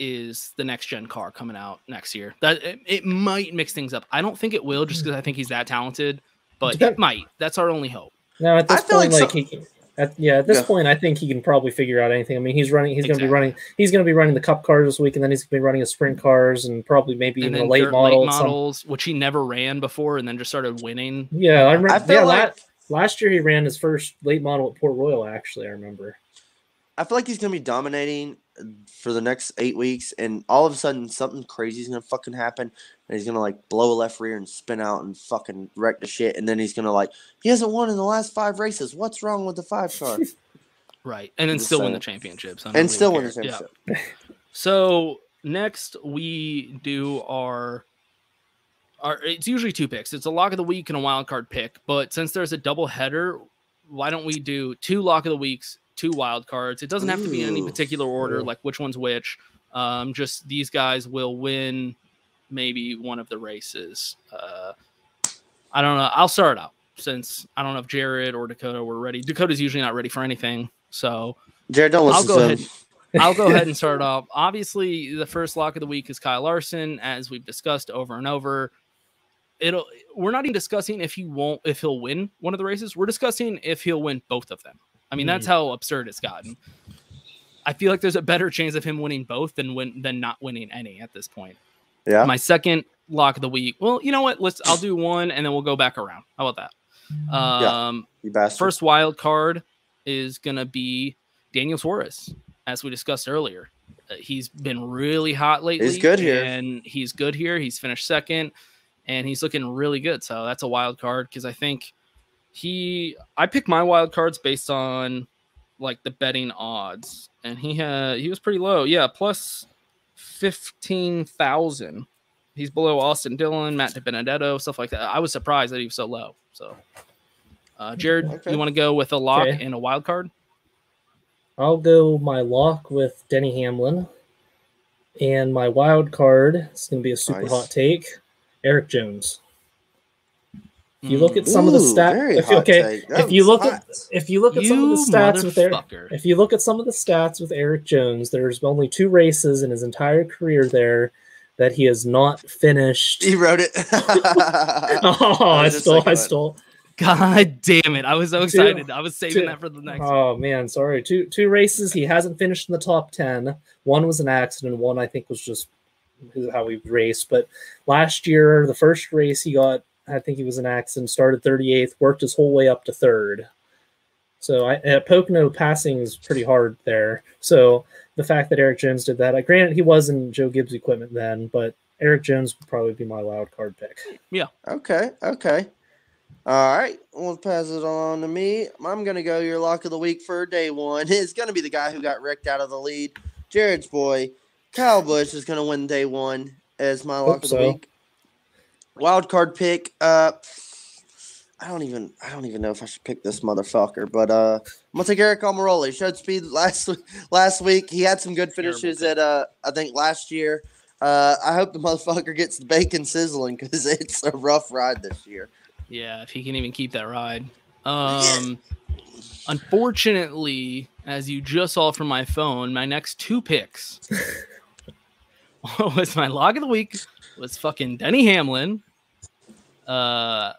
C: is the next gen car coming out next year. That it, it might mix things up. I don't think it will, just because I think he's that talented. But it might. That's our only hope.
H: No, at this
C: feel
H: point,
C: like
H: like, he, can- at, yeah, at this
C: Yeah.
H: point, I think he can probably figure out anything. I mean, he's running. He's going to be running. He's going to be running the Cup cars this week, and then he's going to be running his sprint cars, and probably maybe
C: and
H: even a
C: then
H: late
C: dirt
H: model.
C: late
H: at some-
C: models, which he never ran before, and then just started winning.
H: Yeah, I remember.
C: feel
H: yeah,
C: like-
H: la- last year he ran his first late model at Port Royal. Actually, I remember.
G: I feel like he's gonna be dominating for the next eight weeks, and all of a sudden something crazy is gonna fucking happen, and he's gonna like blow a left rear and spin out and fucking wreck the shit, and then he's gonna like he hasn't won in the last five races. What's wrong with the five car?
C: Right. And then
G: Just
C: still win the
G: saying.
C: championships. I don't
G: and
C: really
G: still win the
C: care. Yeah.
G: championship.
C: So next we do our our it's usually two picks. It's a lock of the week and a wild card pick, but since there's a double header, why don't we do two lock of the weeks, two wild cards? It doesn't have to be in any
I: Ooh.
C: particular order,
I: Ooh.
C: like which one's which. Um, just these guys will win maybe one of the races. Uh, I don't know. I'll start out since I don't know if Jared or Dakota were ready. Dakota's usually not ready for anything, so
G: Jared, don't
C: I'll
G: listen
C: go
G: to him.
C: ahead. I'll go ahead and start off. Obviously, the first lock of the week is Kyle Larson, as we've discussed over and over. It'll. We're not even discussing if he won't, if he'll win one of the races. We're discussing if he'll win both of them. I mean,
G: Hmm.
C: that's
I: Mm.
C: how absurd it's gotten. I feel like there's a better chance of him winning both than win than not winning any at this point.
G: Yeah.
C: My second lock of the week. Well, you know what? Let's. I'll do one, and then we'll go back around. How about that?
G: Yeah,
C: Um,
G: you bastard.
C: First wild card is gonna be Daniel Suarez, as we discussed earlier. Uh, he's been really hot lately.
G: good here.
C: and he's good here. He's finished second, and he's looking really good. So that's a wild card because I think he. I pick my wild cards based on like the betting odds, and he had he was pretty low. Yeah, plus fifteen thousand. He's below Austin Dillon, Matt DiBenedetto, stuff like that. I was surprised that he was so low. So, uh, Jared,
H: Okay.
C: you want to go with a lock
H: Okay.
C: and a wild card?
H: I'll go my lock with Denny Hamlin, and my wild card. It's going to be a super
I: Nice.
H: hot take. Eric Jones. If you look at some of the
I: Hmm. Ooh, very
H: stats,
I: hot
H: okay,
I: take. That
H: if you
I: was
H: look
I: hot.
H: at if you look at some of
I: You
H: the stats with Eric,
I: motherfucker.
H: if you look at some of the stats with Eric Jones, there's only two races in his entire career there that he has not finished.
G: He wrote it.
H: oh, I
C: was just
H: stole, I
C: thinking about it.
H: stole.
C: God damn it! I was so excited. I was saving
H: two-
C: that for the next.
H: Oh man, sorry. Two two races he hasn't finished in the top ten. One was an accident. One I think was just how we raced. But last year, the first race he got, I think he was an accident. Started thirty eighth, worked his whole way up to third. So I, at Pocono, passing is pretty hard there. So the fact that Eric Jones did that, I granted he was in Joe Gibbs equipment then, but Eric Jones would probably be my wild card pick.
C: Yeah.
G: Okay. Okay. All right. We'll pass it on to me. I'm gonna go your lock of the week for day one. It's gonna be the guy who got wrecked out of the lead. Jared's boy, Kyle Bush is gonna win day one as my lock
H: Hope
G: of the
H: so.
G: week. Wild card pick. Uh, I don't even. I don't even know if I should pick this motherfucker, but uh, I'm gonna take Eric Almirola. He showed speed last last week. He had some good finishes at uh, I think last year. Uh, I hope the motherfucker gets the bacon sizzling because it's a rough ride this year.
C: Yeah, if he can even keep that ride. Um, unfortunately, as you just saw from my phone, my next two picks was my log of the week was fucking Denny Hamlin. Uh,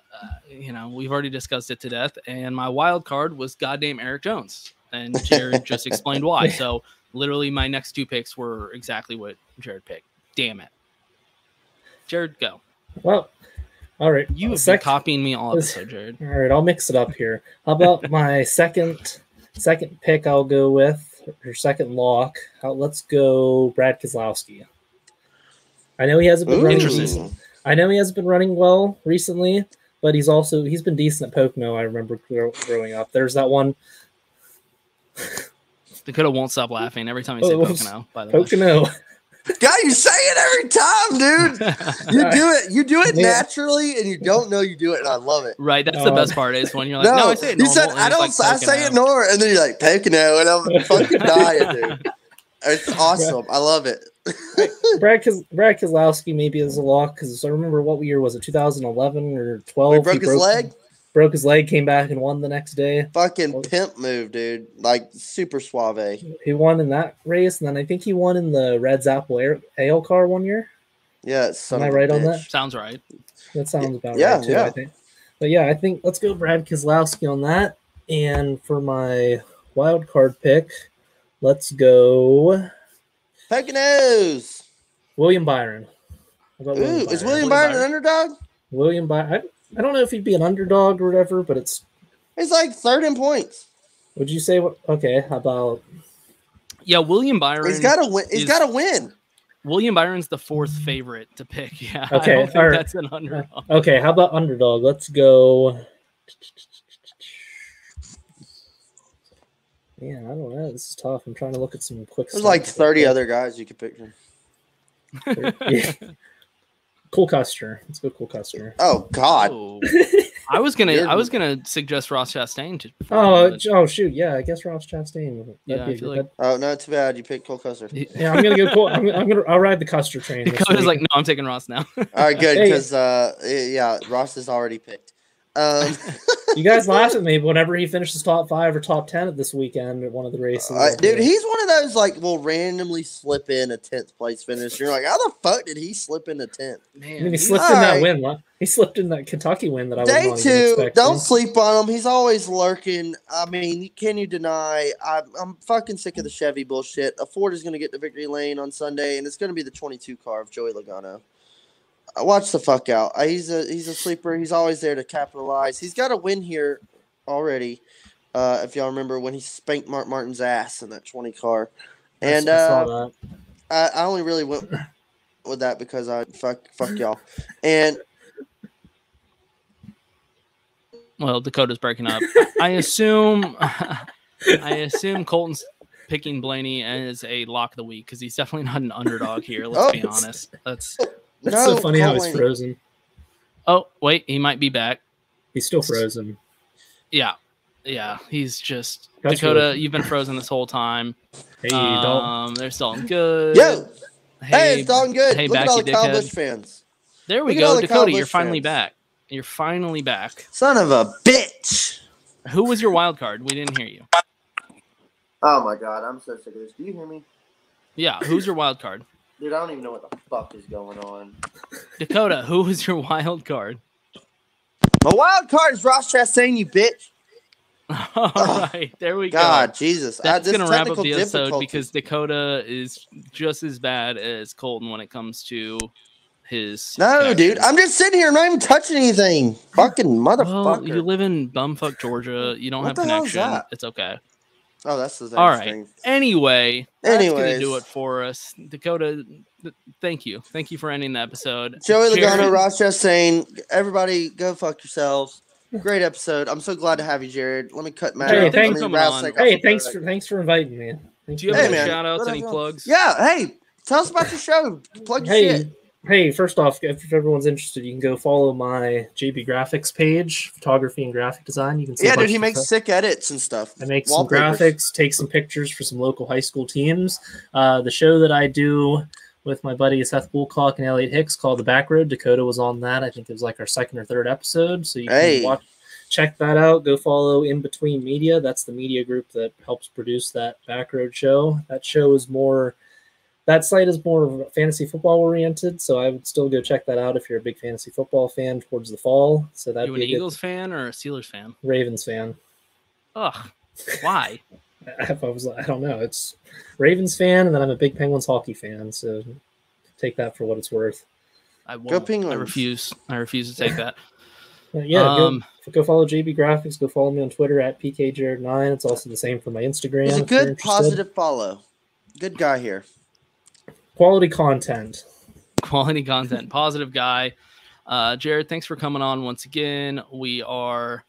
C: you know, we've already discussed it to death. And my wild card was goddamn Eric Jones, and Jared just explained why. So literally, my next two picks were exactly what Jared picked. Damn it, Jared, go.
H: Well, all right.
C: You have
H: Sec-
C: been copying me all episode, Jared.
H: All right, I'll mix it up here. How about my second second pick? I'll go with or second lock. Uh, let's go Brad Keselowski. I know he hasn't been
C: Ooh.
H: running.
C: Interesting.
H: I know he hasn't been running well recently, but he's also he's been decent at Pocono. I remember grow- growing up. There's that one
C: Dakota won't stop laughing every time I say
H: Oh,
C: Pocono. By the way,
H: Pocono.
G: God, you say it every time, dude. You do it. You do it
C: Yeah.
G: naturally, and you don't know you do it, and I love it.
C: Right, that's the best part is when you're like, no, I say it
G: you
C: normal.
G: said
C: and
G: I
C: it's
G: don't.
C: like
G: I say it
C: Pocono.
G: normal, and then you're like Pocono, and I'm fucking dying, dude. It's awesome. I love it.
H: Brad Kis- Brad Keselowski maybe is a lock because I remember what year was it 2011 or 12?
G: broke his leg?
H: Broke his leg, came back and won the next day.
G: Fucking pimp move, dude. Like super suave.
H: He won in that race, and then I think he won in the Reds Apple Ale, Ale Car one year.
G: Yeah. it's son
H: Am I
G: of a
H: right on
G: bitch.
H: that?
C: Sounds right.
H: That sounds about
G: Yeah,
H: right too.
G: yeah.
H: I think. But yeah, I think let's go Brad Keselowski on that. And for my wild card pick, let's go
G: Poconos.
H: William Byron. How about
G: Ooh, is William Byron an underdog?
H: William Byron. I, I don't know if he'd be an underdog or whatever, but it's.
G: He's like third in points.
H: Would you say what? Okay, how about
C: Yeah, William Byron.
G: He's got to win. He's
C: is-
G: got to win.
C: William Byron's the fourth favorite to pick. Yeah.
H: Okay,
C: I don't think
H: all right.
C: that's an underdog.
H: okay? How about underdog? Let's go. Yeah, I don't know. This is tough. I'm trying to look at some quick.
G: There's
H: stats.
G: like 30 other guys you could pick from.
H: Yeah. Cool Custer. Let's go, Cool Custer.
G: Oh God.
C: I was gonna
H: You're-
C: I was gonna suggest Ross Chastain to
H: Oh, j- oh shoot. Yeah, I guess Ross Chastain. would- that'd
C: Yeah, I
H: be a
C: feel
H: good-
C: like-
G: Oh no, too bad. You picked Cole Custer.
H: that'd- yeah, I'm gonna go. Cool, I'm, I'm gonna. I'll ride the Custer train. this
C: Dakota's
H: week.
C: like, no, I'm taking Ross now.
G: All right, good
H: Hey.
G: because uh, yeah, Ross is already picked. Um,
H: you guys laughed at me whenever he finishes top five or top ten at this weekend at one of the races.
G: uh, dude, he's one of those like will randomly slip in a tenth place finish. You're like, how the fuck did he slip in a tenth?
H: I mean, he slipped in that win. la- He slipped in that Kentucky win that I was
G: Day
H: not even
G: two,
H: expecting.
G: don't sleep on him. He's always lurking. I mean, can you deny? I'm, I'm fucking sick of the Chevy bullshit. A Ford is going to get to victory lane on Sunday, and it's going to be the 22 car of Joey Logano. Uh, Watch the fuck out. Uh, He's a he's a sleeper. He's always there to capitalize. He's got a win here already. Uh, if y'all remember when he spanked Mark Martin's ass in that 20 car,
H: I
G: and
H: saw
G: uh,
H: that.
G: I, I only really went with that because I fuck fuck y'all. And
C: Well, Dakota's breaking up. I assume I assume Colton's picking Blaney as a lock of the week because he's definitely not an underdog here. Let's
H: Oh,
C: be
H: it's-
C: honest. That's
H: That's so funny how he's frozen.
C: Oh, wait, he might be back.
H: He's still frozen.
C: Yeah. Yeah. He's just
H: That's
C: Dakota,
H: really-
C: you've been frozen this whole time.
H: Hey,
C: um,
H: don't-
C: they're still good.
G: Yo! Hey, it's all good. Look at all
C: Backy
G: the Kyle
C: dickhead.
G: Busch fans.
C: There we
G: Look at all
C: go,
G: the Kyle
C: Dakota. You're
G: Busch
C: finally
G: fans.
C: back. You're finally back.
G: Son of a bitch.
C: Who was your wild card? We didn't hear you.
G: Oh my god, I'm so sick of this. Do you hear me?
C: Yeah, who's your wild card?
G: Dude, I don't even know what the fuck is going on.
C: Dakota, who was your wild card?
G: My wild card is Ross Chastain, you bitch.
C: All right, there we go.
G: Oh, God, Jesus. I-
C: That's
G: this
C: gonna wrap up
G: technical
C: the episode
G: difficulty-
C: because Dakota is just as bad as Colton when it comes to his.
G: No, dude, I'm just sitting here. I'm not even touching anything. Fucking motherfucker.
C: Well, you live in bumfuck Georgia. You don't
G: What
C: have
G: the hell is
C: connection.
G: that?
C: It's okay.
G: oh, that's the
C: All
G: next
C: right.
G: thing.
C: Anyway, that's gonna do
G: Anyways.
C: it for us. Dakota, th- thank you, thank you for ending the episode.
G: Joey Logano,
C: Jared-
G: Ross Chastain, everybody go fuck yourselves. Great episode. I'm so glad to have you, Jared. Let me cut Matt.
H: Hey,
G: off.
H: thanks,
G: Let me rouse Snake off
H: hey,
G: the
H: thanks
G: back.
H: for thanks for inviting me. Thanks
C: Do you
H: for
C: have
H: inviting
C: any
H: me.
C: shout outs, any
G: Whatever.
C: plugs?
G: Yeah, hey, tell us about your show. Plug your shit.
H: hey, hey, first off, if everyone's interested, you can go follow my JB Graphics page, photography and graphic design. You can see a
G: Yeah,
H: bunch
G: dude, he
H: of
G: makes
H: stuff.
G: sick edits and stuff.
H: I make
G: Wallpapers.
H: some graphics, take some pictures for some local high school teams. Uh, the show that I do with my buddy Seth Woolcock and Elliot Hicks called The Back Road. Dakota was on that. I think it was like our second or third episode. So you can
G: Hey.
H: watch, check that out. Go follow In Between Media. That's the media group that helps produce that Back Road show. That show is more that site is more fantasy football oriented, so I would still go check that out if you're a big fantasy football fan towards the fall. So that'd
C: you an
H: be a good
C: Eagles fan or a Steelers fan?
H: Ravens fan.
C: Ugh. Why?
H: I I was I don't know. It's Ravens fan, and then I'm a big Penguins hockey fan. So take that for what it's worth.
C: I
H: won't. I
C: I refuse. I refuse to take that.
H: Yeah,
C: Um,
H: go, go follow JB Graphics. Go follow me on Twitter at pkjared9. It's also the same for my Instagram.
G: He's a
H: if you're
G: good,
H: interested.
G: positive follow. Good guy here.
H: quality content.
C: Quality content. Positive guy. Uh, Jared, thanks for coming on once again. We are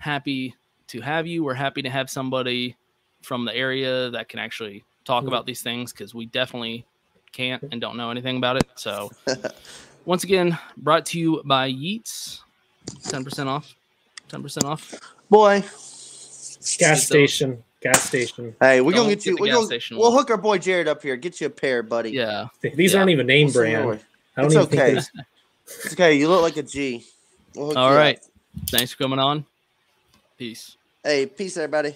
C: happy to have you. We're happy to have somebody from the area that can actually talk about these things because we definitely can't and don't know anything about it. So, once again, brought to you by Yeats. 10% off. 10% off.
G: Boy.
H: Gas station. Gas station.
G: Hey, we're
C: Don't
G: gonna get
C: get
G: you.
C: the
G: We're
C: gas
G: gonna,
C: station
G: we'll hook our boy Jared up here. Get you a pair, buddy.
C: Yeah.
H: These aren't even name brand. I don't
G: it's
H: even think
G: okay.
H: there's-
G: it's okay. You look like a G. We'll hook
C: All
G: you up.
C: right. Thanks for coming on. Peace.
G: Hey, peace, everybody.